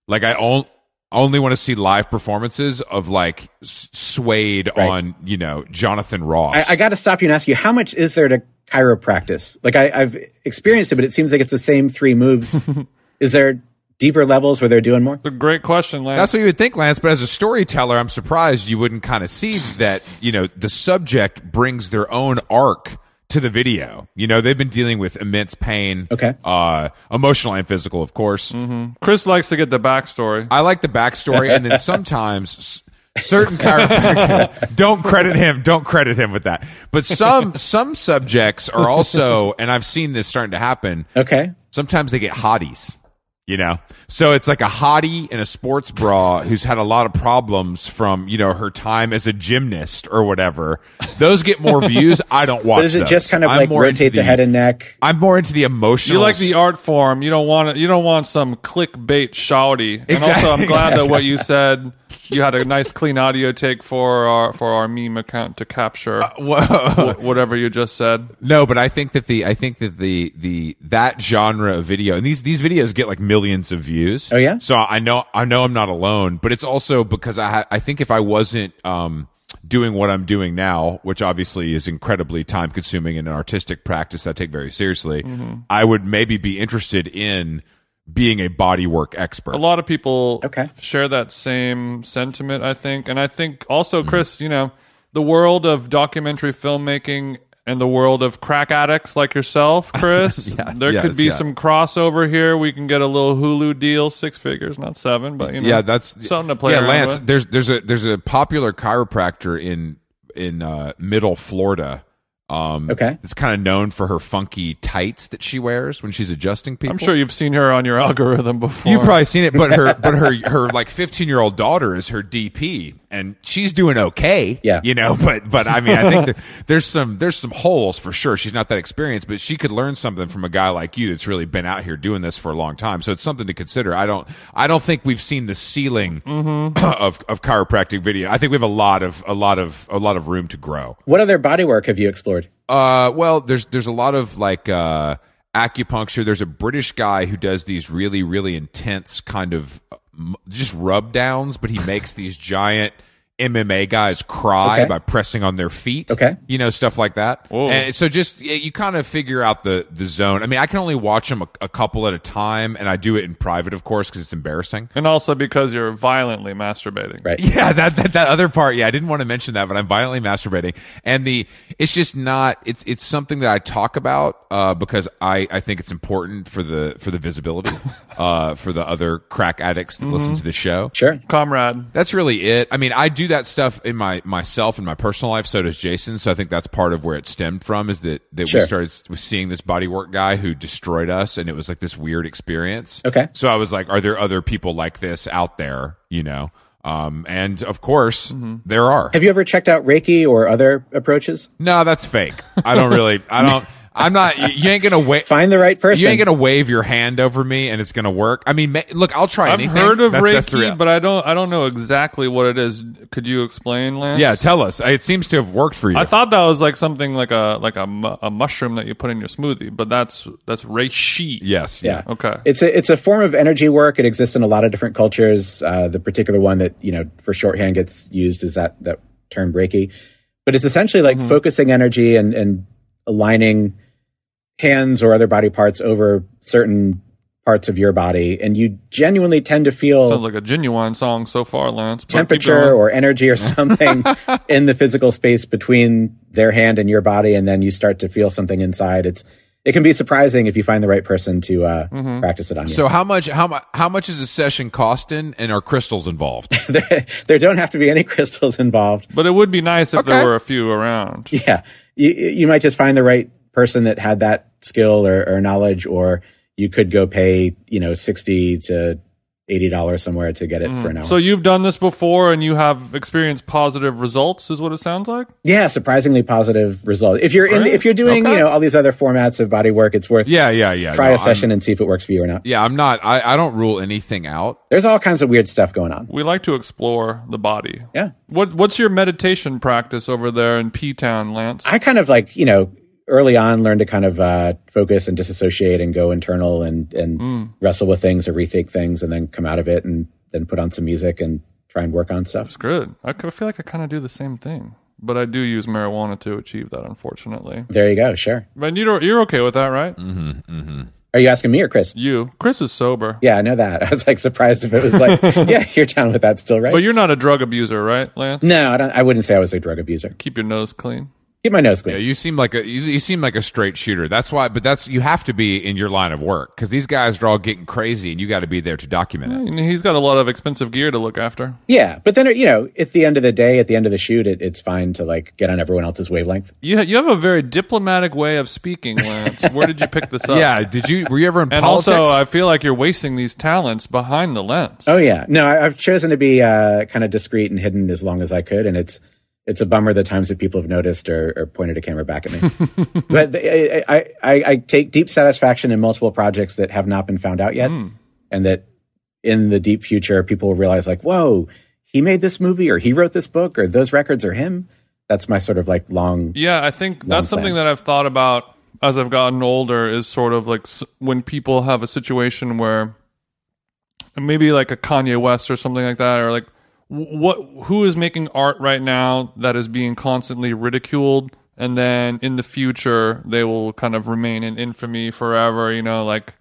[SPEAKER 1] Like I on, only want to see live performances of like s- Suede
[SPEAKER 3] Right.
[SPEAKER 1] on you know Jonathan Ross.
[SPEAKER 3] i, I got to stop you and ask you how much is there to chiropractice like I, i've experienced it but it seems like it's the same three moves is there deeper levels where they're doing more
[SPEAKER 2] It's a great question, Lance.
[SPEAKER 1] That's what you would think, Lance. But as a storyteller, I'm surprised you wouldn't kind of see that you know the subject brings their own arc to the video. You know, they've been dealing with immense pain,
[SPEAKER 3] Okay.
[SPEAKER 1] uh, emotional and physical, of course.
[SPEAKER 2] Chris likes to get the backstory.
[SPEAKER 1] I like the backstory, and then sometimes s- certain chiropractors <laughs> don't credit him. Don't credit him with that. But some some subjects are also, and I've seen this starting to happen.
[SPEAKER 3] Okay.
[SPEAKER 1] Sometimes they get hotties. You know, so it's like a hottie in a sports bra who's had a lot of problems from you know her time as a gymnast or whatever. Those get more views. I don't watch.
[SPEAKER 3] But is it
[SPEAKER 1] those.
[SPEAKER 3] just kind of
[SPEAKER 1] I'm
[SPEAKER 3] like
[SPEAKER 1] more into
[SPEAKER 3] rotate the, head and neck?
[SPEAKER 1] I'm more into the emotional.
[SPEAKER 2] You like the art form. You don't want it, you don't want some clickbait shouty. And
[SPEAKER 1] Exactly.
[SPEAKER 2] also, I'm glad that
[SPEAKER 1] <laughs>
[SPEAKER 2] what you said. You had a nice clean audio take for our for our meme account to capture
[SPEAKER 1] Uh, Whoa.
[SPEAKER 2] wh- whatever you just said.
[SPEAKER 1] No, but I think that the I think that the the that genre of video and these these videos get like millions of views.
[SPEAKER 3] Oh, yeah?
[SPEAKER 1] So I know I know I'm not alone, but it's also because I ha- I think if I wasn't um doing what I'm doing now, which obviously is incredibly time consuming and an artistic practice that I take very seriously,
[SPEAKER 3] Mm-hmm.
[SPEAKER 1] I would maybe be interested in being a bodywork expert.
[SPEAKER 2] a lot of people
[SPEAKER 3] Okay.
[SPEAKER 2] share that same sentiment i think and i think also chris you know the world of documentary filmmaking and the world of crack addicts
[SPEAKER 1] <laughs>
[SPEAKER 2] like yourself chris there
[SPEAKER 1] yes,
[SPEAKER 2] could be
[SPEAKER 1] yeah.
[SPEAKER 2] some crossover here we can get a little hulu deal six figures not seven but you know
[SPEAKER 1] yeah, that's
[SPEAKER 2] something to play
[SPEAKER 1] Yeah,
[SPEAKER 2] around
[SPEAKER 1] Lance,
[SPEAKER 2] with.
[SPEAKER 1] there's there's a there's a popular chiropractor in in uh, Middle Florida. Um,
[SPEAKER 3] Okay.
[SPEAKER 1] it's kind of known for her funky tights that she wears when she's adjusting people.
[SPEAKER 2] i'm sure you've seen her on your <laughs> algorithm before
[SPEAKER 1] You've probably seen it, but her but <laughs> her her like 15 year old daughter is her DP, and she's doing okay.
[SPEAKER 3] Yeah.
[SPEAKER 1] you know, but but I mean, I think there, there's some there's some holes for sure. She's not that experienced, but she could learn something from a guy like you that's really been out here doing this for a long time. So it's something to consider. I don't I don't think we've seen the ceiling <clears throat> of of chiropractic video. I think we have a lot of a lot of a lot of room to grow.
[SPEAKER 3] What other body work have you explored?
[SPEAKER 1] Uh, well, there's there's a lot of like uh, acupuncture. There's a British guy who does these really really intense kind of um, just rub downs, but he makes these giant MMA guys cry
[SPEAKER 3] Okay.
[SPEAKER 1] by pressing on their feet.
[SPEAKER 3] Okay.
[SPEAKER 1] you know stuff like that.
[SPEAKER 2] Whoa.
[SPEAKER 1] And so just yeah, you kind of figure out the the zone. I mean, I can only watch them a, a couple at a time, and I do it in private, of course, because it's embarrassing.
[SPEAKER 2] and also because you're violently masturbating
[SPEAKER 3] Right.
[SPEAKER 1] <laughs> Yeah, that, that that other part. Yeah, I didn't want to mention that, but I'm violently masturbating, and the it's just not. It's it's something that I talk about uh, because I I think it's important for the for the visibility uh, for the other crack addicts that listen to the show.
[SPEAKER 3] Sure.
[SPEAKER 2] comrade
[SPEAKER 1] That's really it. I mean, I do that stuff in my myself in my personal life. So does Jason. So I think that's part of where it stemmed from is that that
[SPEAKER 3] Sure.
[SPEAKER 1] we started s- with seeing this bodywork guy who destroyed us, and it was like this weird experience.
[SPEAKER 3] Okay.
[SPEAKER 1] So I was like, are there other people like this out there? You know. Um, and of course, there are.
[SPEAKER 3] Mm-hmm. Have you ever checked out Reiki or other approaches?
[SPEAKER 1] No, that's fake. I don't really. I
[SPEAKER 3] <laughs>
[SPEAKER 1] don't. I'm not. You, you ain't gonna wait.
[SPEAKER 3] Find the right person.
[SPEAKER 1] You ain't gonna wave your hand over me, and it's gonna work. I mean, ma- look, I'll try
[SPEAKER 2] I've
[SPEAKER 1] anything.
[SPEAKER 2] heard of
[SPEAKER 1] That's- that's the
[SPEAKER 2] Reiki,
[SPEAKER 1] real-
[SPEAKER 2] but I don't. I don't know exactly what it is. Could you explain, Lance?
[SPEAKER 1] yeah, tell us. It seems to have worked for you.
[SPEAKER 2] I thought that was like something like a like a, mu- a mushroom that you put in your smoothie, but that's that's reishi.
[SPEAKER 1] yes.
[SPEAKER 3] Yeah.
[SPEAKER 2] Okay.
[SPEAKER 3] It's a it's a form of energy work. It exists in a lot of different cultures. Uh, the particular one that you know for shorthand gets used is that that term Reiki, but it's essentially like
[SPEAKER 1] Mm-hmm.
[SPEAKER 3] focusing energy and and aligning hands or other body parts over certain parts of your body, and you genuinely tend to feel
[SPEAKER 2] Sounds like a genuine song so far, Lance. but keep
[SPEAKER 3] temperature
[SPEAKER 2] going.
[SPEAKER 3] or energy or <laughs> something in the physical space between their hand and your body, and then you start to feel something inside. It's it can be surprising if you find the right person to uh, practice it on you.
[SPEAKER 1] Mm-hmm. So how much? How much? How much is a session costing? And are crystals
[SPEAKER 3] <laughs>
[SPEAKER 1] involved?
[SPEAKER 3] <laughs> there, there don't have to be any <laughs> crystals involved.
[SPEAKER 2] but it would be nice if there
[SPEAKER 1] Okay.
[SPEAKER 2] were a few around.
[SPEAKER 3] Yeah, you, you might just find the right person that had that skill or, or knowledge, or you could go pay you know sixty to eighty dollars somewhere to get it for
[SPEAKER 1] Mm.
[SPEAKER 3] an hour.
[SPEAKER 2] So you've done this before, and you have experienced positive results, is what it sounds like.
[SPEAKER 3] yeah, surprisingly positive result. If you're in, the, if you're doing
[SPEAKER 1] Okay.
[SPEAKER 3] you know all these other formats of body work, it's worth
[SPEAKER 1] yeah, yeah, yeah.
[SPEAKER 3] try
[SPEAKER 1] No,
[SPEAKER 3] a
[SPEAKER 1] I'm-
[SPEAKER 3] session and see if it works for you or not.
[SPEAKER 1] yeah, I'm not. I, I don't rule anything out.
[SPEAKER 3] There's all kinds of weird stuff going on.
[SPEAKER 2] We like to explore the body.
[SPEAKER 3] Yeah.
[SPEAKER 2] What What's your meditation practice over there in P Town, Lance?
[SPEAKER 3] I kind of like, you know, early on learned to kind of uh, focus and disassociate and go internal and, and
[SPEAKER 1] Hmm.
[SPEAKER 3] wrestle with things or rethink things and then come out of it and then put on some music and try and work on stuff.
[SPEAKER 2] It's good. I c- I feel like I kind of do the same thing, but I do use marijuana to achieve that, unfortunately.
[SPEAKER 3] There you go. Sure.
[SPEAKER 2] But you don't, you're okay with that, right?
[SPEAKER 3] Mm-hmm. Are you asking me or Chris?
[SPEAKER 2] You, Chris, is sober,
[SPEAKER 3] Yeah, I know that. <laughs> I was like surprised if it
[SPEAKER 1] <laughs>
[SPEAKER 3] was like, yeah, you're down with that still, right?
[SPEAKER 2] but you're not a drug abuser, right, Lance?
[SPEAKER 3] no, I, don't, I wouldn't say I was a drug abuser.
[SPEAKER 2] Keep your nose clean.
[SPEAKER 3] Get my nose clean.
[SPEAKER 1] Yeah, you seem like a you, you seem like a straight shooter. That's why, but that's you have to be in your line of work because these guys are all getting crazy, and you got to be there to document
[SPEAKER 3] Mm.
[SPEAKER 1] it.
[SPEAKER 2] And he's got a lot of expensive gear to look after.
[SPEAKER 3] Yeah, but then you know, at the end of the day, at the end of the shoot, it, it's fine to like get on everyone else's wavelength.
[SPEAKER 2] You ha- you have a very diplomatic way of speaking, Lance. Where did you pick this
[SPEAKER 3] <laughs>
[SPEAKER 2] up?
[SPEAKER 1] Yeah, did you were you ever in
[SPEAKER 2] <laughs> And
[SPEAKER 1] politics?
[SPEAKER 2] also, uh, I feel like you're wasting these talents behind the lens.
[SPEAKER 3] Oh yeah, no, I, I've chosen to be uh, kind of discreet and hidden as long as I could, and it's it's a bummer the times that people have noticed or, or pointed a camera back at me. but the- I, I, I I take deep satisfaction in multiple projects that have not been found out yet, and that in the deep future people will realize like, whoa, he made this movie or he wrote this book or those records are him. That's my sort of like long.
[SPEAKER 2] Yeah, I think that's something
[SPEAKER 3] plan.
[SPEAKER 2] that I've thought about as I've gotten older is sort of like s- when people have a situation where maybe like a Kanye West or something like that or like wh- what who is making art right now that is being constantly ridiculed and then in the future they will kind of remain in infamy forever, you know, like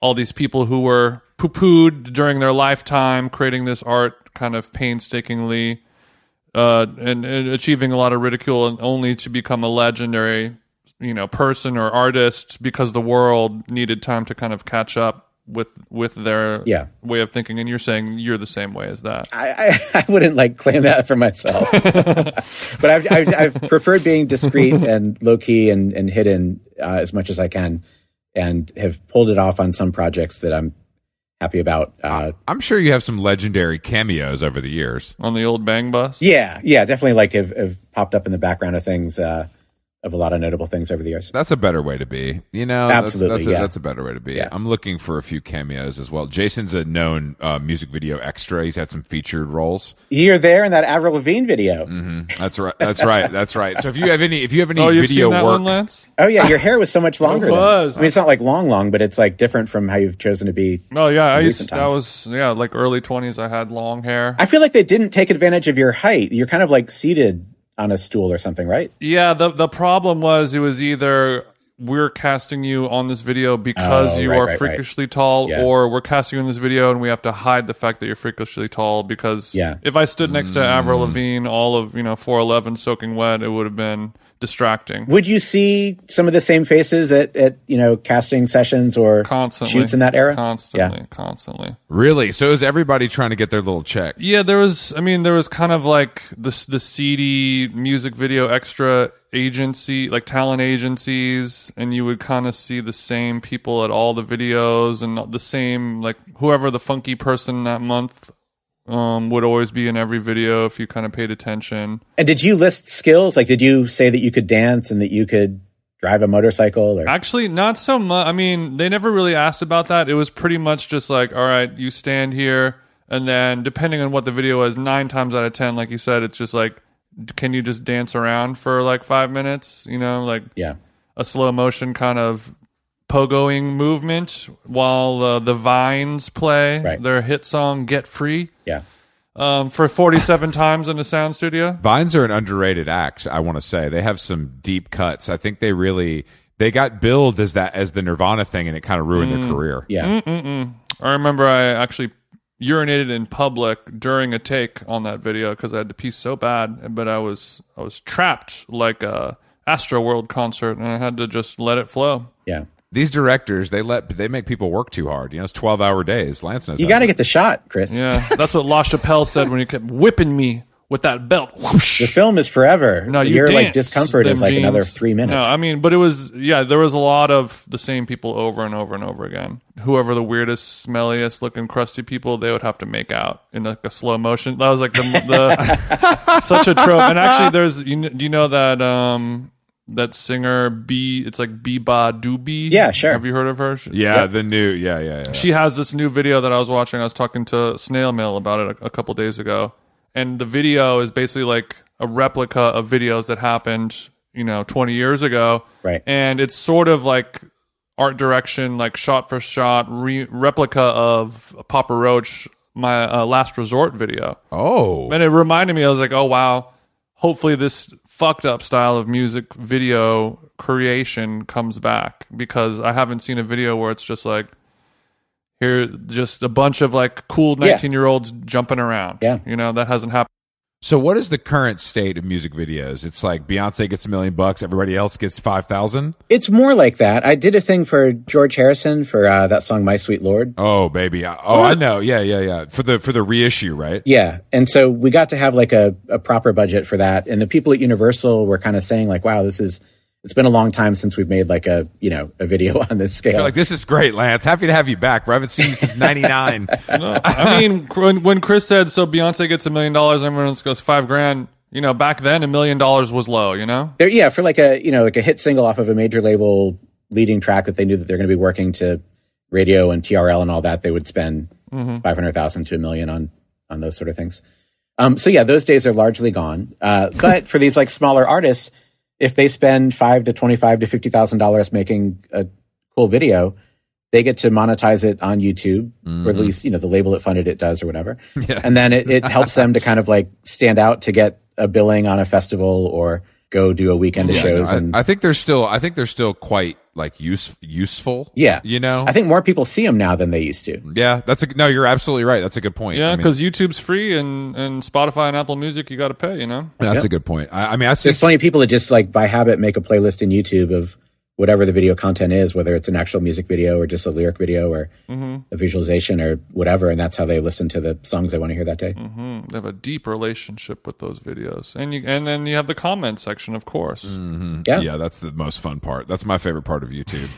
[SPEAKER 2] all these people who were poo-pooed during their lifetime creating this art kind of painstakingly uh, and, and achieving a lot of ridicule and only to become a legendary you know person or artist because the world needed time to kind of catch up with with their
[SPEAKER 3] Yeah.
[SPEAKER 2] way of thinking and you're saying you're the same way as that
[SPEAKER 3] I, I, <laughs> I wouldn't like claim that for myself, <laughs> but I've, I've, I've preferred being discreet and low key and, and hidden uh, as much as I can, and have pulled it off on some projects that I'm happy about. Uh,
[SPEAKER 1] I'm sure you have some legendary cameos over the years.
[SPEAKER 2] on the old bang bus
[SPEAKER 3] yeah, yeah, definitely. Like have, have popped up in the background of things uh, of a lot of notable things over the years.
[SPEAKER 1] That's a better way to be. You know, that's-
[SPEAKER 3] Absolutely,
[SPEAKER 1] That's, a,
[SPEAKER 3] yeah.
[SPEAKER 1] that's a better way to be.
[SPEAKER 3] Yeah.
[SPEAKER 1] I'm looking for a few cameos as well. Jason's a known uh, music video extra. He's had some featured roles.
[SPEAKER 3] You're there in that Avril Lavigne video.
[SPEAKER 1] That's right. That's right. That's right. So if you have any, if you have any
[SPEAKER 2] <laughs> oh you've
[SPEAKER 1] video
[SPEAKER 2] seen that
[SPEAKER 1] work,
[SPEAKER 2] one lance
[SPEAKER 3] Oh yeah, your hair was so much longer. then.
[SPEAKER 2] was.
[SPEAKER 3] I mean, it's not like long, long, but it's like different from how you've chosen to be.
[SPEAKER 2] oh yeah i used
[SPEAKER 3] recent
[SPEAKER 2] that was yeah like early 20s i had long hair
[SPEAKER 3] I feel like they didn't take advantage of your height. You're kind of like seated on a stool or something, right?
[SPEAKER 2] Yeah, the the problem was it was either we're casting you on this video because
[SPEAKER 3] Oh,
[SPEAKER 2] you
[SPEAKER 3] right,
[SPEAKER 2] are
[SPEAKER 3] right, right.
[SPEAKER 2] freakishly tall,
[SPEAKER 3] Yeah.
[SPEAKER 2] or we're casting you in this video and we have to hide the fact that you're freakishly tall because
[SPEAKER 3] Yeah.
[SPEAKER 2] if I stood next to Avril Lavigne, all of you know four eleven soaking wet, it would have been distracting.
[SPEAKER 3] Would you see some of the same faces at, at you know casting sessions or
[SPEAKER 2] Constantly
[SPEAKER 3] shoots in that era?
[SPEAKER 2] Constantly, constantly.
[SPEAKER 1] really, so is everybody trying to get their little check?
[SPEAKER 2] Yeah, there was. I mean, there was kind of like the the CD music video extra agency, like talent agencies, and you would kind of see the same people at all the videos, and the same like whoever the funky person that month um, would always be in every video if you kind of paid attention.
[SPEAKER 3] And did you list skills? Like, did you say that you could dance and that you could drive a motorcycle? Or
[SPEAKER 2] Actually, not so much. I mean, they never really asked about that. It was pretty much just like, all right, you stand here, and then depending on what the video is, nine times out of ten, like you said, it's just like, can you just dance around for like five minutes? You know, like
[SPEAKER 3] yeah,
[SPEAKER 2] a slow motion kind of pogoing movement while uh, the vines play
[SPEAKER 3] Right.
[SPEAKER 2] their hit song "Get Free"
[SPEAKER 3] yeah.
[SPEAKER 2] um, for forty-seven times in a sound studio.
[SPEAKER 1] Vines are an underrated act. I want to say they have some deep cuts. I think they really they got billed as that as the Nirvana thing, and it kind of ruined
[SPEAKER 2] Mm.
[SPEAKER 1] their career.
[SPEAKER 3] Yeah.
[SPEAKER 2] Mm-mm-mm. I remember I actually urinated in public during a take on that video because I had to pee so bad, but I was I was trapped like a Astro World concert, and I had to just let it flow.
[SPEAKER 3] Yeah.
[SPEAKER 1] These directors they let they make people work too hard. You know, it's twelve hour days. Lance knows
[SPEAKER 3] You
[SPEAKER 1] that.
[SPEAKER 3] got to get the shot, Chris.
[SPEAKER 2] Yeah, that's what <laughs> La Chapelle said when he kept whipping me with that belt.
[SPEAKER 3] The
[SPEAKER 2] Whoosh.
[SPEAKER 3] film is forever.
[SPEAKER 2] No, you
[SPEAKER 3] Your like
[SPEAKER 2] dance,
[SPEAKER 3] discomfort is
[SPEAKER 2] them
[SPEAKER 3] like another
[SPEAKER 2] jeans.
[SPEAKER 3] three minutes.
[SPEAKER 2] No, I mean, but it was yeah. There was a lot of the same people over and over and over again. Whoever the weirdest, smelliest looking, crusty people, they would have to make out in like a slow motion. That was like the,
[SPEAKER 3] <laughs>
[SPEAKER 2] the such a trope. And actually, there's you kn- do you know that um that singer B? It's like Biba Doobie.
[SPEAKER 3] Yeah, sure.
[SPEAKER 2] Have you heard of her? She-
[SPEAKER 1] yeah, the new yeah yeah yeah.
[SPEAKER 2] she has this new video that I was watching. I was talking to Snail Mail about it a, a couple days ago, and the video is basically like a replica of videos that happened, you know, 20 years ago.
[SPEAKER 3] Right.
[SPEAKER 2] And it's sort of like art direction, like shot for shot re- replica of Papa Roach, my uh, last resort video.
[SPEAKER 1] Oh,
[SPEAKER 2] And it reminded me, I was like, oh, wow. Hopefully, this fucked up style of music video creation comes back because I haven't seen a video where it's just like, here, just a bunch of like cool
[SPEAKER 3] Yeah.
[SPEAKER 2] 19 year olds jumping around.
[SPEAKER 3] Yeah.
[SPEAKER 2] You know, that hasn't happened.
[SPEAKER 1] So what is the current state of music videos? It's like Beyonce gets a million bucks, everybody else gets 5,000.
[SPEAKER 3] It's more like that. I did a thing for George Harrison for uh, that song "My Sweet Lord."
[SPEAKER 1] Oh baby. I- Oh, I know. Yeah, yeah, yeah. For the for the reissue, right?
[SPEAKER 3] Yeah, and so we got to have like a, a proper budget for that, and the people at Universal were kind of saying like, "Wow, this is." It's been a long time since we've made like a you know a video <laughs> on this scale.
[SPEAKER 1] You're like this is great, Lance. Happy to have you back. Bro. I haven't seen you since
[SPEAKER 3] <laughs>
[SPEAKER 1] 99.
[SPEAKER 2] No, I mean, when, when Chris said, so Beyonce gets a million dollars, everyone else goes five grand, you know, back then a million dollars was low, you know?
[SPEAKER 3] They're, yeah, for like a you know like a hit single off of a major label leading track that they knew that they're going to be working to radio and TRL and all that, they would spend hundred thousand to a million on on those sort of things. Um, so yeah, those days are largely gone. Uh, but for these like smaller artists, if they spend five to twenty five to fifty thousand dollars making a cool video, they get to monetize it on YouTube, or at
[SPEAKER 1] Mm-hmm.
[SPEAKER 3] least you know the label that funded it does
[SPEAKER 1] <laughs>
[SPEAKER 3] or whatever. And then it, it helps them to kind of like stand out to get a billing on a festival or go do a weekend of shows.
[SPEAKER 1] I,
[SPEAKER 3] and
[SPEAKER 1] I think they're still I think they're still quite like use, useful.
[SPEAKER 3] Yeah.
[SPEAKER 1] You know?
[SPEAKER 3] I think more people see them now than they used to.
[SPEAKER 1] yeah, that's a no, you're absolutely right. That's a good point. I
[SPEAKER 2] Yeah,
[SPEAKER 1] mean,
[SPEAKER 2] because YouTube's free and, and Spotify and Apple Music, you got to pay, you know?
[SPEAKER 1] that's a good point. I, I mean, I see
[SPEAKER 3] There's plenty of people that just like by habit make a playlist in YouTube of whatever the video content is, whether it's an actual music video or just a lyric video or a visualization or whatever, and that's how they listen to the songs they want to hear that day.
[SPEAKER 2] Mm, They have a deep relationship with those videos. And you, and then you have the comment section, of course.
[SPEAKER 3] Mm. Yeah.
[SPEAKER 1] Yeah, that's the most fun part. That's my favorite part of YouTube.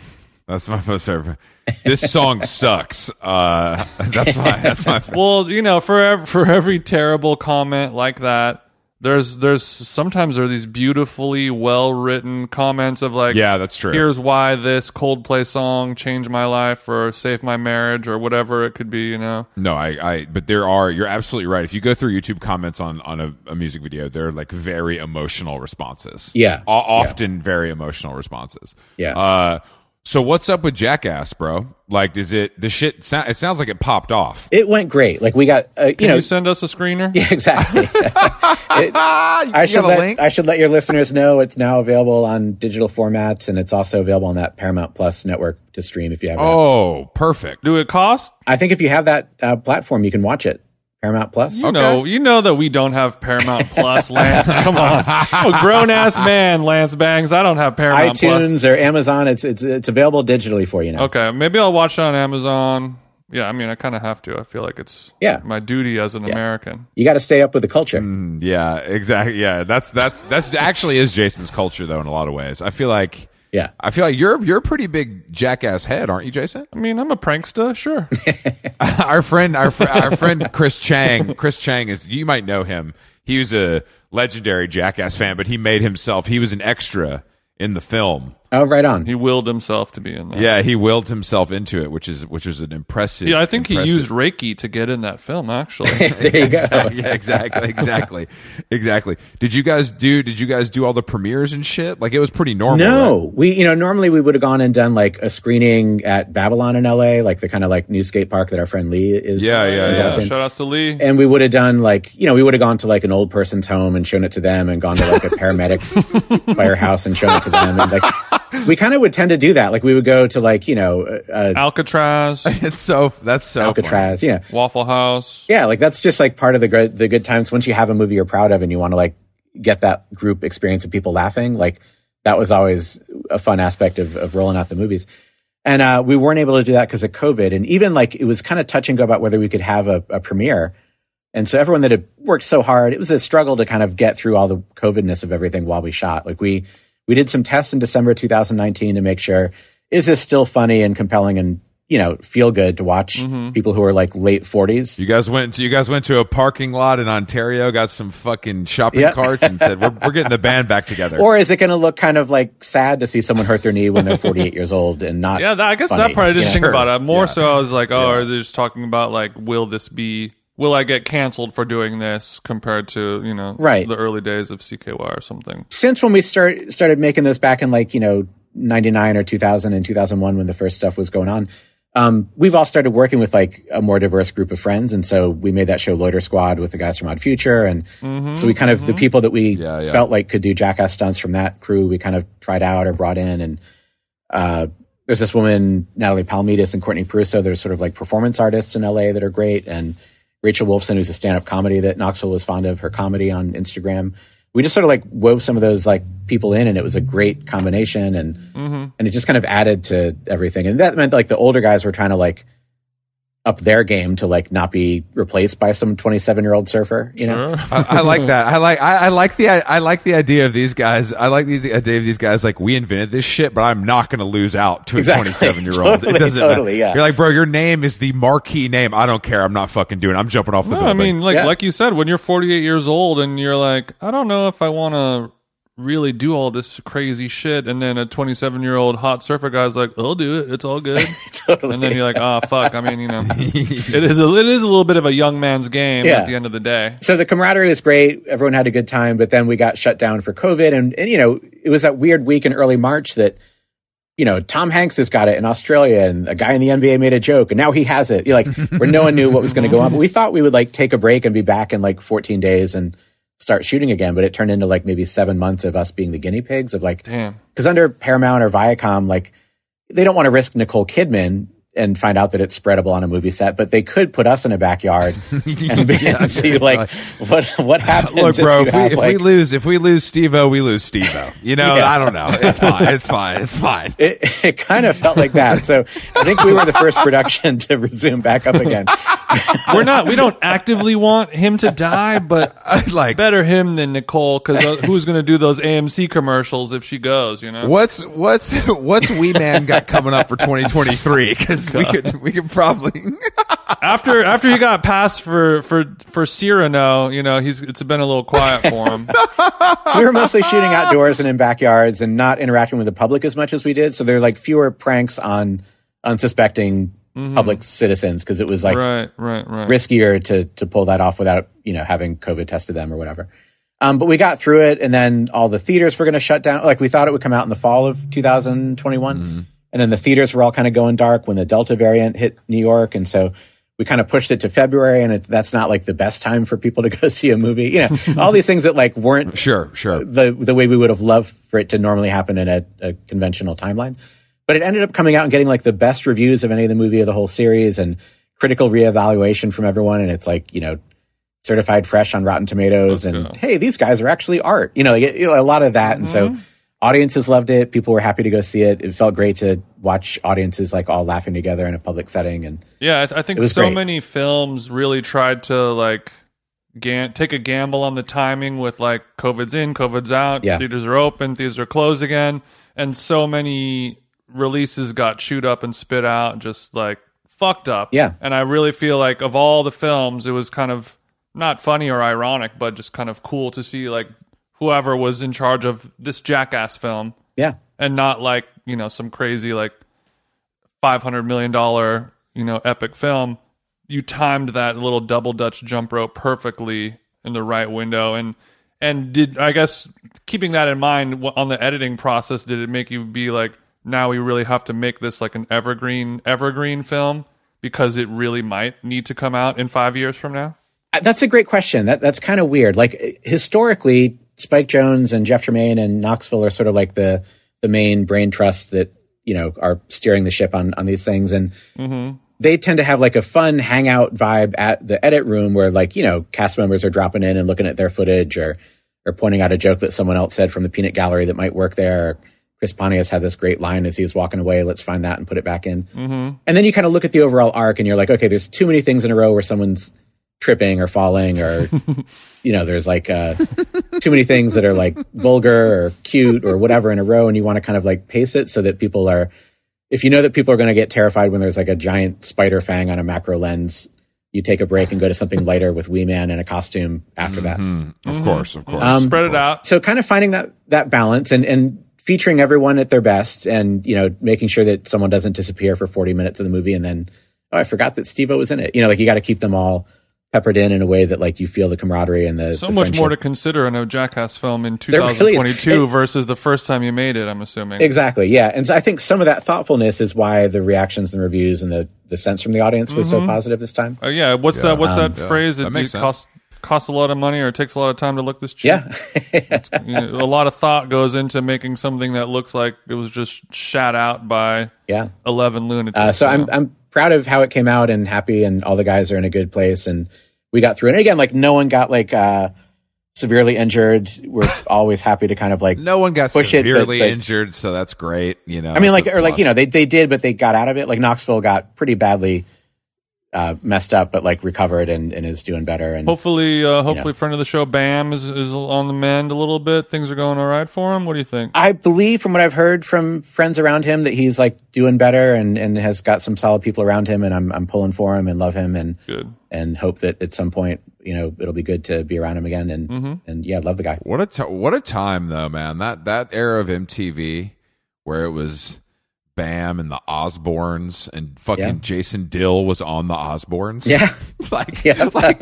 [SPEAKER 1] That's my most favorite. This song sucks. Uh, <laughs> that's my. That's
[SPEAKER 3] <laughs>
[SPEAKER 1] my.
[SPEAKER 2] Well, you know, for ev- for every terrible comment like that, there's there's sometimes there are these beautifully well written comments of like,
[SPEAKER 1] Yeah, that's true.
[SPEAKER 2] Here's why this Coldplay song changed my life or saved my marriage or whatever it could be. You know,
[SPEAKER 1] No, I, I. But there are. You're absolutely right. If you go through YouTube comments on on a, a music video, they're like very emotional responses.
[SPEAKER 3] Yeah.
[SPEAKER 1] O- often very emotional responses.
[SPEAKER 3] Yeah.
[SPEAKER 1] Uh, so what's up with Jackass, bro? Like, does it the shit? Sound, it sounds like it popped off.
[SPEAKER 3] It went great. Like we got, uh, you
[SPEAKER 2] can
[SPEAKER 3] know,
[SPEAKER 2] you send us a screener?
[SPEAKER 3] yeah, <laughs>
[SPEAKER 1] <laughs>
[SPEAKER 3] exactly. It-
[SPEAKER 1] Ah, you
[SPEAKER 3] I should
[SPEAKER 1] got a
[SPEAKER 3] let
[SPEAKER 1] link.
[SPEAKER 3] I should let your listeners know it's now available on digital formats, and it's also available on that Paramount Plus network to stream if you have. it.
[SPEAKER 1] oh, perfect.
[SPEAKER 2] Do it cost?
[SPEAKER 3] I think if you have that uh, platform, you can watch it. Paramount Plus.
[SPEAKER 2] You know, you know that we don't have Paramount Plus, Lance. Come
[SPEAKER 3] <laughs>
[SPEAKER 2] on, I'm a grown ass man, Lance Bangs. I don't have Paramount
[SPEAKER 3] iTunes
[SPEAKER 2] Plus.
[SPEAKER 3] or Amazon. It's it's it's available digitally for you now.
[SPEAKER 2] Okay, maybe I'll watch it on Amazon. Yeah, I mean, I kind of have to. I feel like it's
[SPEAKER 3] Yeah.
[SPEAKER 2] my duty as an American.
[SPEAKER 3] You got to stay up with the culture.
[SPEAKER 1] Mm. Yeah, exactly. Yeah, that's that's that's actually is Jason's culture though in a lot of ways. I feel like
[SPEAKER 3] Yeah.
[SPEAKER 1] I feel like you're you're a pretty big jackass head, aren't you, Jason?
[SPEAKER 2] I mean, I'm a prankster,
[SPEAKER 3] <laughs>
[SPEAKER 2] sure.
[SPEAKER 1] <laughs> our friend our fr- our friend Chris Chang, Chris Chang is you might know him. He was a legendary jackass fan, but he made himself he was an extra in the film.
[SPEAKER 3] Oh, right on.
[SPEAKER 2] he willed himself to be in that.
[SPEAKER 1] Yeah, he willed himself into it, which is which was an impressive
[SPEAKER 2] Yeah, I think he
[SPEAKER 1] impressive-
[SPEAKER 2] used Reiki to get in that film,
[SPEAKER 3] <laughs>
[SPEAKER 2] actually.
[SPEAKER 3] there you go.
[SPEAKER 1] <laughs> yeah, exactly, exactly, exactly. Did you guys do? Did you guys do all the premieres and shit? Like it was pretty normal. right?
[SPEAKER 3] No, we you know normally we would have gone and done like a screening at Babylon in L.A., like the kind of like new skate park that our friend Lee is.
[SPEAKER 1] Yeah, yeah,
[SPEAKER 3] involved
[SPEAKER 2] yeah,
[SPEAKER 3] in.
[SPEAKER 2] shout outs to Lee.
[SPEAKER 3] and we would have done like you know we would have gone to like an old person's home and shown it to them and gone to like a paramedics
[SPEAKER 1] <laughs>
[SPEAKER 3] firehouse and shown it to them and like we kind of would tend to do that like we would go to like you know uh,
[SPEAKER 2] Alcatraz,
[SPEAKER 1] <laughs>
[SPEAKER 3] <laughs>
[SPEAKER 1] It's so that's so funny.
[SPEAKER 3] Alcatraz yeah
[SPEAKER 2] Waffle House.
[SPEAKER 3] yeah like that's just like part of the good the good times once you have a movie you're proud of and you want to like get that group experience of people laughing like that was always a fun aspect of, of rolling out the movies and uh, we weren't able to do that because of covid and even like it was kind of touch and go about whether we could have a, a premiere and so everyone that had worked so hard it was a struggle to kind of get through all the covidness of everything while we shot like we we did some tests in december 2019 to make sure is this still funny and compelling and you know feel good to watch people who are like late 40s
[SPEAKER 1] You guys went to you guys went to a parking lot in Ontario, got some fucking shopping
[SPEAKER 3] Yep.
[SPEAKER 1] carts, and said, "We're we're getting the band back together."
[SPEAKER 3] <laughs> Or is it going to look kind of like sad to see someone hurt their knee when they're 48 years old and not?
[SPEAKER 2] Yeah, that, I guess
[SPEAKER 3] funny?
[SPEAKER 2] that part I didn't
[SPEAKER 3] Yeah.
[SPEAKER 2] think
[SPEAKER 1] Sure.
[SPEAKER 2] about it. More
[SPEAKER 1] Yeah.
[SPEAKER 2] so, I was like, oh, are they just talking about, like, will this be, will I get canceled for doing this compared to, you know,
[SPEAKER 3] Right.
[SPEAKER 2] the early days of CKY or something?
[SPEAKER 3] Since when we start started making this back in like you know 99 or 2000 and 2001 when the first stuff was going on, um, we've all started working with like a more diverse group of friends, and so we made that show Loiter Squad with the guys from Odd Future, and so we kind of the people that we
[SPEAKER 1] Yeah, yeah.
[SPEAKER 3] felt like could do jackass stunts from that crew, we kind of tried out or brought in, and uh, there's this woman Natalie Palmitas and Courtney Peruso. They're sort of like performance artists in LA that are great, and Rachel Wolfson, who's a stand-up comedy that Knoxville was fond of, her comedy on Instagram. We just sort of like wove some of those like people in, and it was a great combination, and and it just kind of added to everything. And that meant like the older guys were trying to like up their game to like not be replaced by some twenty-seven-year-old surfer, you know? <laughs>
[SPEAKER 1] I, I like that. I like I, I like the I, I like the idea of these guys. I like these the idea of these guys. Like we invented this shit, but I'm not going to lose out to a
[SPEAKER 3] Exactly. <laughs>
[SPEAKER 1] 27 year old.
[SPEAKER 3] Totally,
[SPEAKER 1] it doesn't
[SPEAKER 3] totally,
[SPEAKER 1] matter.
[SPEAKER 3] yeah.
[SPEAKER 1] You're like, bro, your name is the marquee name. I don't care. I'm not fucking doing. it. I'm jumping off the
[SPEAKER 2] No, I
[SPEAKER 1] building.
[SPEAKER 2] mean, like
[SPEAKER 3] Yeah.
[SPEAKER 2] like you said, when you're 48 years old and you're like, I don't know if I want to really do all this crazy shit, and then a 27 year old hot surfer guy's like, I'll do it. It's all
[SPEAKER 3] <laughs>
[SPEAKER 2] good.
[SPEAKER 3] totally.
[SPEAKER 2] And then you're like, oh fuck. I mean, you
[SPEAKER 3] <laughs>
[SPEAKER 2] know, it is a, it is a little bit of a young man's game
[SPEAKER 3] Yeah.
[SPEAKER 2] at the end of the day.
[SPEAKER 3] so the camaraderie was great. Everyone had a good time, but then we got shut down for COVID. And, and you know, it was that weird week in early March that, you know, Tom Hanks has got it in Australia and a guy in the NBA made a joke and now he has
[SPEAKER 1] <laughs>
[SPEAKER 3] it. You're like, where no one knew what was going to go on. But we thought we would like take a break and be back in like 14 days and start shooting again. But it turned into like maybe seven months of us being the guinea pigs of like,
[SPEAKER 2] Damn.
[SPEAKER 3] because under Paramount or Viacom, like they don't want to risk Nicole Kidman and find out that it's spreadable on a movie set, but they could put us in
[SPEAKER 1] <laughs>
[SPEAKER 3] a backyard and, be- <laughs> and see like what what happens.
[SPEAKER 1] Look,
[SPEAKER 3] if
[SPEAKER 1] bro.
[SPEAKER 3] you
[SPEAKER 1] If we,
[SPEAKER 3] have,
[SPEAKER 1] if
[SPEAKER 3] like-
[SPEAKER 1] we lose, if we lose Steve-O, we lose Steve-O. You know,
[SPEAKER 3] Yeah.
[SPEAKER 1] I don't know. It's fine. It's fine. It's fine. <laughs>
[SPEAKER 3] it, <laughs> it kind of felt like that. So I think we were the first production to resume back up again.
[SPEAKER 2] We're not. We don't actively want him to die,
[SPEAKER 3] <laughs>
[SPEAKER 2] but
[SPEAKER 1] like,
[SPEAKER 2] better him than Nicole because who's going to do those AMC commercials if she goes? You know.
[SPEAKER 1] What's what's what's Wee Man got coming up for 2023? Because we could we could
[SPEAKER 3] <laughs>
[SPEAKER 1] probably
[SPEAKER 2] After after he got passed for for for Cyrano, you know, he's it's been a little quiet for
[SPEAKER 3] <laughs>
[SPEAKER 2] him.
[SPEAKER 3] So we were mostly shooting outdoors and in backyards and not interacting with the public as much as we did. So there are like fewer pranks on unsuspecting public citizens because it was like
[SPEAKER 2] right, right, right.
[SPEAKER 3] riskier to to pull that off without you know having COVID tested them or whatever. Um, but we got through it, and then all the theaters were going to shut down. Like we thought it would come out in the fall of 2021, and then the theaters were all kind of going dark when the Delta variant hit New York, and so we kind of pushed it to February. And it, that's not like the best time for people to go <laughs> see a movie. You know, all these things that like weren't
[SPEAKER 1] sure sure.
[SPEAKER 3] the the way we would have loved for it to normally happen in a, a conventional timeline. But it ended up coming out and getting like the best reviews of any of the movie of the whole series and critical reevaluation from everyone. And it's like you know certified fresh on Rotten Tomatoes and hey, these guys are actually art. You know, like, you know, a lot of that. And so audiences loved it. People were happy to go see it. It felt great to watch audiences like all laughing together in a public setting and
[SPEAKER 2] Yeah, I, th- I think
[SPEAKER 3] was
[SPEAKER 2] so
[SPEAKER 3] great.
[SPEAKER 2] many films really tried to like gan- take a gamble on the timing with like COVID's in, COVID's out,
[SPEAKER 3] Yeah.
[SPEAKER 2] theaters are open, theaters are closed again, and so many releases got chewed up and spit out, just like fucked up.
[SPEAKER 3] Yeah.
[SPEAKER 2] and I really feel like of all the films, it was kind of not funny or ironic, but just kind of cool to see like whoever was in charge of this jackass film
[SPEAKER 3] yeah.
[SPEAKER 2] and not like you know some crazy like 500 million dollar you know epic film you timed that little double dutch jump rope perfectly in the right window and and did i guess keeping that in mind wh- on the editing process did it make you be like now we really have to make this like an evergreen evergreen film because it really might need to come out in 5 years from now
[SPEAKER 3] I- That's a great question. That that's kind of weird. Like eh, historically, Spike Jones and Jeff Tremaine and Knoxville are sort of like the the main brain trusts that you know are steering the ship on on these things, and they tend to have like a fun hangout vibe at the edit room where like you know cast members are dropping in and looking at their footage or or pointing out a joke that someone else said from the peanut gallery that might work there. Or Chris Pontius had this great line as he was walking away. Let's find that and put it back in.
[SPEAKER 1] Mm-hmm.
[SPEAKER 3] And then you kind of look at the overall arc and you're like, okay, there's too many things in a row where someone's tripping or
[SPEAKER 1] <laughs>
[SPEAKER 3] falling or you know there's like uh, too many things that are like vulgar or cute or whatever in a row and you want to kind of like pace it so that people are if you know that people are going to get terrified when there's like a giant spider fang on a macro lens you take a break and go to something lighter with wee man in a costume after that
[SPEAKER 1] Mm-hmm. Of course, of course.
[SPEAKER 3] Um,
[SPEAKER 2] spread it out
[SPEAKER 3] so kind of finding that that balance and and featuring everyone at their best and you know making sure that someone doesn't disappear for 40 minutes of the movie and then oh i forgot that steve was in it you know like you got to keep them all peppered in in a way that like you feel the camaraderie and the
[SPEAKER 2] so
[SPEAKER 3] the
[SPEAKER 2] much more to
[SPEAKER 3] friendship.
[SPEAKER 2] consider in a jackass film in
[SPEAKER 3] really is.
[SPEAKER 2] 2022
[SPEAKER 3] <laughs> It-
[SPEAKER 2] versus the first time you made it i'm assuming
[SPEAKER 3] exactly yeah and so i think some of that thoughtfulness is why the reactions and reviews and the the sense from the audience was so positive this time
[SPEAKER 2] Uh, yeah, what's that? What's that
[SPEAKER 3] um,
[SPEAKER 1] yeah,
[SPEAKER 2] phrase?
[SPEAKER 1] that
[SPEAKER 2] That,
[SPEAKER 1] makes
[SPEAKER 2] it
[SPEAKER 1] sense.
[SPEAKER 2] costs costs a lot of money or it takes a lot of time to look this cheap.
[SPEAKER 3] yeah <laughs>
[SPEAKER 2] You know, a lot of thought goes into making something that looks like it was just shat out by
[SPEAKER 3] yeah
[SPEAKER 2] eleven lunatics.
[SPEAKER 3] Uh, so
[SPEAKER 2] you
[SPEAKER 3] I'm
[SPEAKER 2] know?
[SPEAKER 3] I'm proud of how it came out and happy, and all the guys are in a good place. And we got through. And again, like no one got like uh, severely injured.
[SPEAKER 1] <laughs>
[SPEAKER 3] We're always happy to kind of like
[SPEAKER 1] No one got
[SPEAKER 3] Push it, but,
[SPEAKER 1] severely
[SPEAKER 3] like-
[SPEAKER 1] injured, so that's great. You know,
[SPEAKER 3] I mean,
[SPEAKER 1] it's
[SPEAKER 3] like,
[SPEAKER 1] a
[SPEAKER 3] or like, you know,
[SPEAKER 1] plus.
[SPEAKER 3] they, they did, but they got out of it. Like Knoxville got pretty badly uh, messed up, but like recovered and, and is doing better. And
[SPEAKER 2] Hopefully, uh, hopefully, friend of the show Bam is, is on the mend a little bit. Things are going all right for him. What do you think?
[SPEAKER 3] I believe from what I've heard from friends around him that he's like doing better and, and has got some solid people around him. And I'm, I'm pulling for him and love him and,
[SPEAKER 2] Good.
[SPEAKER 3] and hope that at some point, you know, it'll be good to be around him again. And, and yeah, love the guy.
[SPEAKER 1] What a t- what a time though, man. That that era of MTV where it was Bam and the Osbournes and fucking
[SPEAKER 3] Yeah.
[SPEAKER 1] Jason Dill was on the Osbournes.
[SPEAKER 3] Yeah.
[SPEAKER 1] <laughs> like,
[SPEAKER 3] Yeah.
[SPEAKER 1] like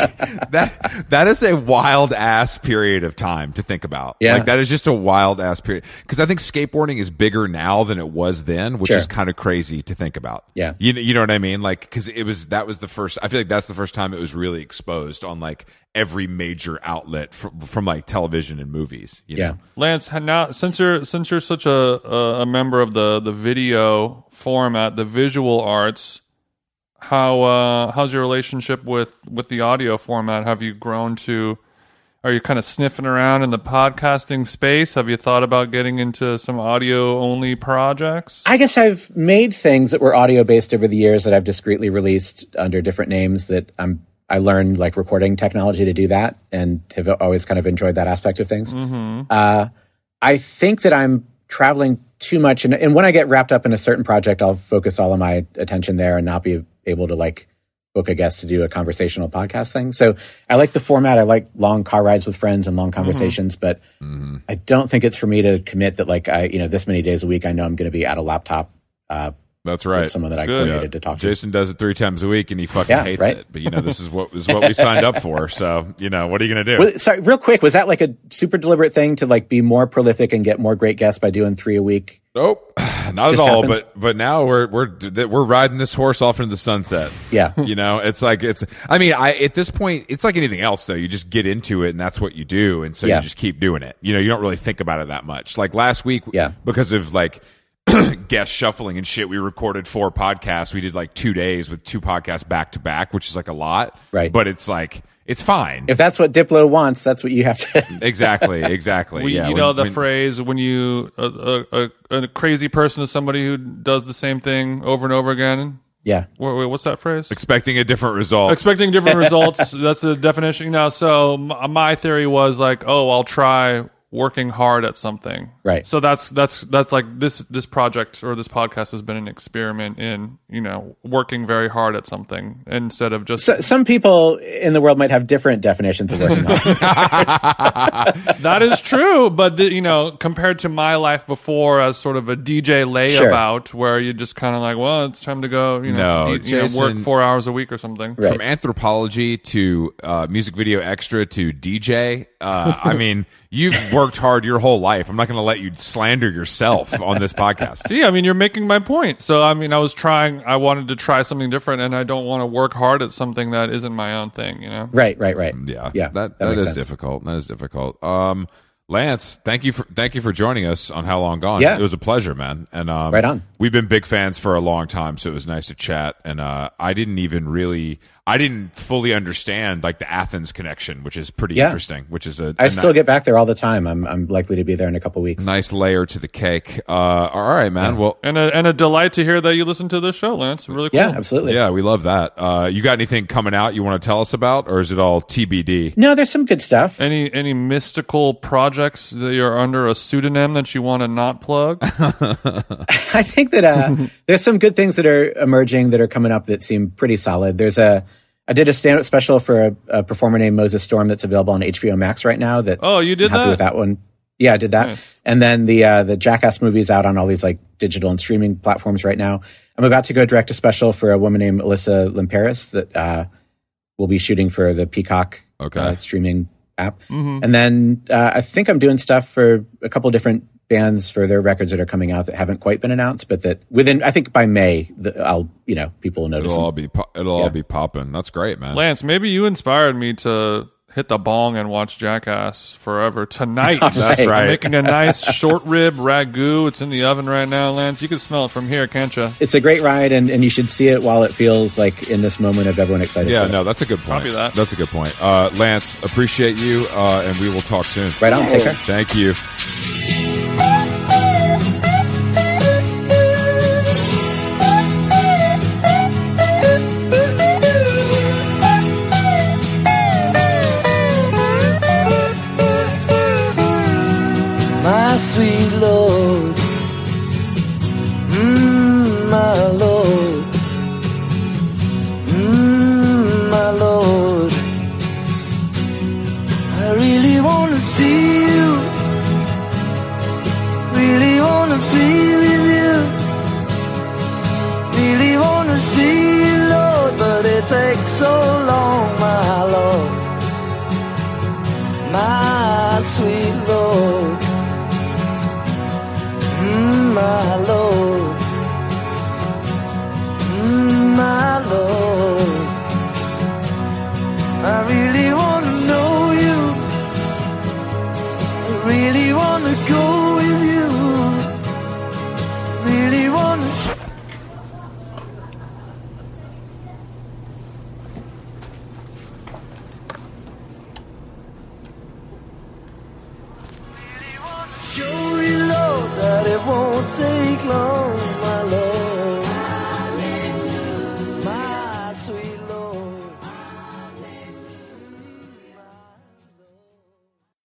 [SPEAKER 1] that that is a wild ass period of time to think about.
[SPEAKER 3] Yeah.
[SPEAKER 1] Like that is just a wild ass period cuz I think skateboarding is bigger now than it was then, which
[SPEAKER 3] Sure.
[SPEAKER 1] is kind of crazy to think about.
[SPEAKER 3] Yeah.
[SPEAKER 1] You know, you know what I mean? Like cuz it was that was the first I feel like that's the first time it was really exposed on like every major outlet from, from like television and movies, you
[SPEAKER 3] Yeah.
[SPEAKER 1] know.
[SPEAKER 2] Lance, ha- now since you're since you're such a, a a member of the the video format, the visual arts, how uh, how's your relationship with with the audio format? Have you grown to? Are you kind of sniffing around in the podcasting space? Have you thought about getting into some audio only projects?
[SPEAKER 3] I guess I've made things that were audio based over the years that I've discreetly released under different names that I'm I learned like recording technology to do that and have always kind of enjoyed that aspect of things. Uh, I think that I'm traveling too much and, and when I get wrapped up in a certain project, I'll focus all of my attention there and not be able to like book a guest to do a conversational podcast thing. So I like the format. I like long car rides with friends and long conversations, but I don't think it's for me to commit that like I, you know, this many days a week, I know I'm going to be at a laptop uh,
[SPEAKER 1] That's right.
[SPEAKER 3] with someone that I
[SPEAKER 2] good.
[SPEAKER 3] coordinated to talk to.
[SPEAKER 1] Jason does it three times a week, and he fucking
[SPEAKER 3] Yeah,
[SPEAKER 1] hates
[SPEAKER 3] right.
[SPEAKER 1] it. But you know, this is what this is what we signed up for. So you know, what are you gonna do?
[SPEAKER 3] Well, sorry, real quick, was that like a super deliberate thing to like be more prolific and get more great guests by doing three a week?
[SPEAKER 1] nope, <sighs> not at
[SPEAKER 3] Just
[SPEAKER 1] all.
[SPEAKER 3] happened.
[SPEAKER 1] But but now we're we're th- we're riding this horse off into the sunset.
[SPEAKER 3] Yeah.
[SPEAKER 1] <laughs> you know, it's like it's. I mean, I at this point, it's like anything else though. You just get into it, and that's what you do, and so
[SPEAKER 3] Yeah.
[SPEAKER 1] you just keep doing it. You know, you don't really think about it that much. Like last week,
[SPEAKER 3] Yeah.
[SPEAKER 1] because of like. <clears throat> guest shuffling and shit. We recorded four podcasts. We did like two days with two podcasts back to back, which is like a lot.
[SPEAKER 3] Right.
[SPEAKER 1] But it's like, it's fine.
[SPEAKER 3] If that's what Diplo wants, that's what you have to. <laughs>
[SPEAKER 1] exactly exactly
[SPEAKER 2] We,
[SPEAKER 1] yeah
[SPEAKER 2] you
[SPEAKER 1] when-
[SPEAKER 2] know the
[SPEAKER 1] when-
[SPEAKER 2] phrase when you a, a, a, a crazy person is somebody who does the same thing over and over again.
[SPEAKER 3] yeah.
[SPEAKER 2] Wait, wait, what's that phrase?
[SPEAKER 1] expecting a different result
[SPEAKER 2] expecting
[SPEAKER 3] <laughs>
[SPEAKER 2] different results that's the definition you know so m- my theory was like oh i'll try working hard at something
[SPEAKER 3] Right.
[SPEAKER 2] so that's that's that's like this this project or this podcast has been an experiment in you know working very hard at something instead of just
[SPEAKER 3] So, some people in the world might have different definitions of working
[SPEAKER 1] <laughs>
[SPEAKER 3] on.
[SPEAKER 2] <laughs> that is true but the, you know compared to my life before as sort of a dj layabout where you just kind of like well it's time to go you know,
[SPEAKER 1] No,
[SPEAKER 2] D- you know, work
[SPEAKER 1] Jason-
[SPEAKER 2] four hours a week or something
[SPEAKER 3] Right.
[SPEAKER 1] from anthropology to uh, music video extra to DJ. Uh,
[SPEAKER 3] <laughs>
[SPEAKER 1] I mean, you've worked hard your whole life. I'm not going to let you slander yourself on this
[SPEAKER 3] <laughs>
[SPEAKER 1] podcast.
[SPEAKER 2] See, I mean, you're making my point. So, I mean, I was trying, I wanted to try something different, and I don't want to work hard at something that isn't my own thing, you know?
[SPEAKER 3] Right, right, right.
[SPEAKER 1] Yeah,
[SPEAKER 3] Yeah.
[SPEAKER 1] that that
[SPEAKER 3] makes
[SPEAKER 1] is
[SPEAKER 3] sense.
[SPEAKER 1] difficult. That is difficult. Um, Lance, thank you for thank you for joining us on How Long Gone.
[SPEAKER 3] Yeah.
[SPEAKER 1] it was a pleasure, man. And um,
[SPEAKER 3] Right on.
[SPEAKER 1] We've been big fans for a long time, so it was nice to chat. And uh, I didn't even really, I didn't fully understand like the Athens connection, which is pretty
[SPEAKER 3] Yeah.
[SPEAKER 1] interesting. Which is a
[SPEAKER 3] I
[SPEAKER 1] a
[SPEAKER 3] still get back there all the time. I'm, I'm likely to be there in a couple weeks.
[SPEAKER 1] nice layer to the cake. Uh, all right, man. Well,
[SPEAKER 2] And a, and a delight to hear that you listen to this show, Lance. Really cool.
[SPEAKER 3] Yeah, absolutely.
[SPEAKER 1] yeah, we love that. Uh, you got anything coming out you want to tell us about, or is it all TBD?
[SPEAKER 3] No, there's some good stuff.
[SPEAKER 2] Any any mystical projects that you're under a pseudonym that you want to not
[SPEAKER 3] <laughs>
[SPEAKER 2] plug?
[SPEAKER 3] I think that uh, there's some good things that are emerging that are coming up that seem pretty solid. There's a I did a stand-up special for a, a performer named Moses Storm that's available on HBO Max right now. That
[SPEAKER 2] Oh, you did
[SPEAKER 3] happy
[SPEAKER 2] that?
[SPEAKER 3] with that one. Yeah, I did that.
[SPEAKER 2] Nice.
[SPEAKER 3] And then the uh, the Jackass movie's out on all these like digital and streaming platforms right now. I'm about to go direct a special for a woman named Alyssa Limperis that uh, will be shooting for the Peacock
[SPEAKER 1] Okay. Mm-hmm.
[SPEAKER 3] uh, streaming app. And then uh, I think I'm doing stuff for a couple different bands for their records that are coming out that haven't quite been announced, but that within I think by May the, I'll you know people will notice.
[SPEAKER 1] It'll all
[SPEAKER 3] them.
[SPEAKER 1] be po- it'll all be popping. That's great, man.
[SPEAKER 2] Lance, maybe you inspired me to hit the bong and watch Jackass forever
[SPEAKER 3] <laughs>
[SPEAKER 2] tonight.
[SPEAKER 1] That's
[SPEAKER 3] Right.
[SPEAKER 2] I'm
[SPEAKER 1] right.
[SPEAKER 2] making a
[SPEAKER 3] <laughs>
[SPEAKER 2] nice short rib ragu. It's in the oven right now, Lance. You can smell it from here, can't you?
[SPEAKER 3] It's a great ride, and, and you should see it while it feels like in this moment of everyone excited.
[SPEAKER 1] Yeah,
[SPEAKER 3] for it.
[SPEAKER 1] no, that's a good point.
[SPEAKER 2] Copy that.
[SPEAKER 1] That's a good point. Uh, Lance, appreciate you, uh, and we will talk soon.
[SPEAKER 3] Right on. Take care.
[SPEAKER 1] Thank you.
[SPEAKER 4] my sweet Lord. Mm, my Lord. Mm, my Lord. I really wanna see you. Really wanna be with you. Really wanna see you, Lord, but it takes so long, my Lord. My sweet Lord. Mm, my Lord. Mm, my Lord. I really want to know you. I really want to go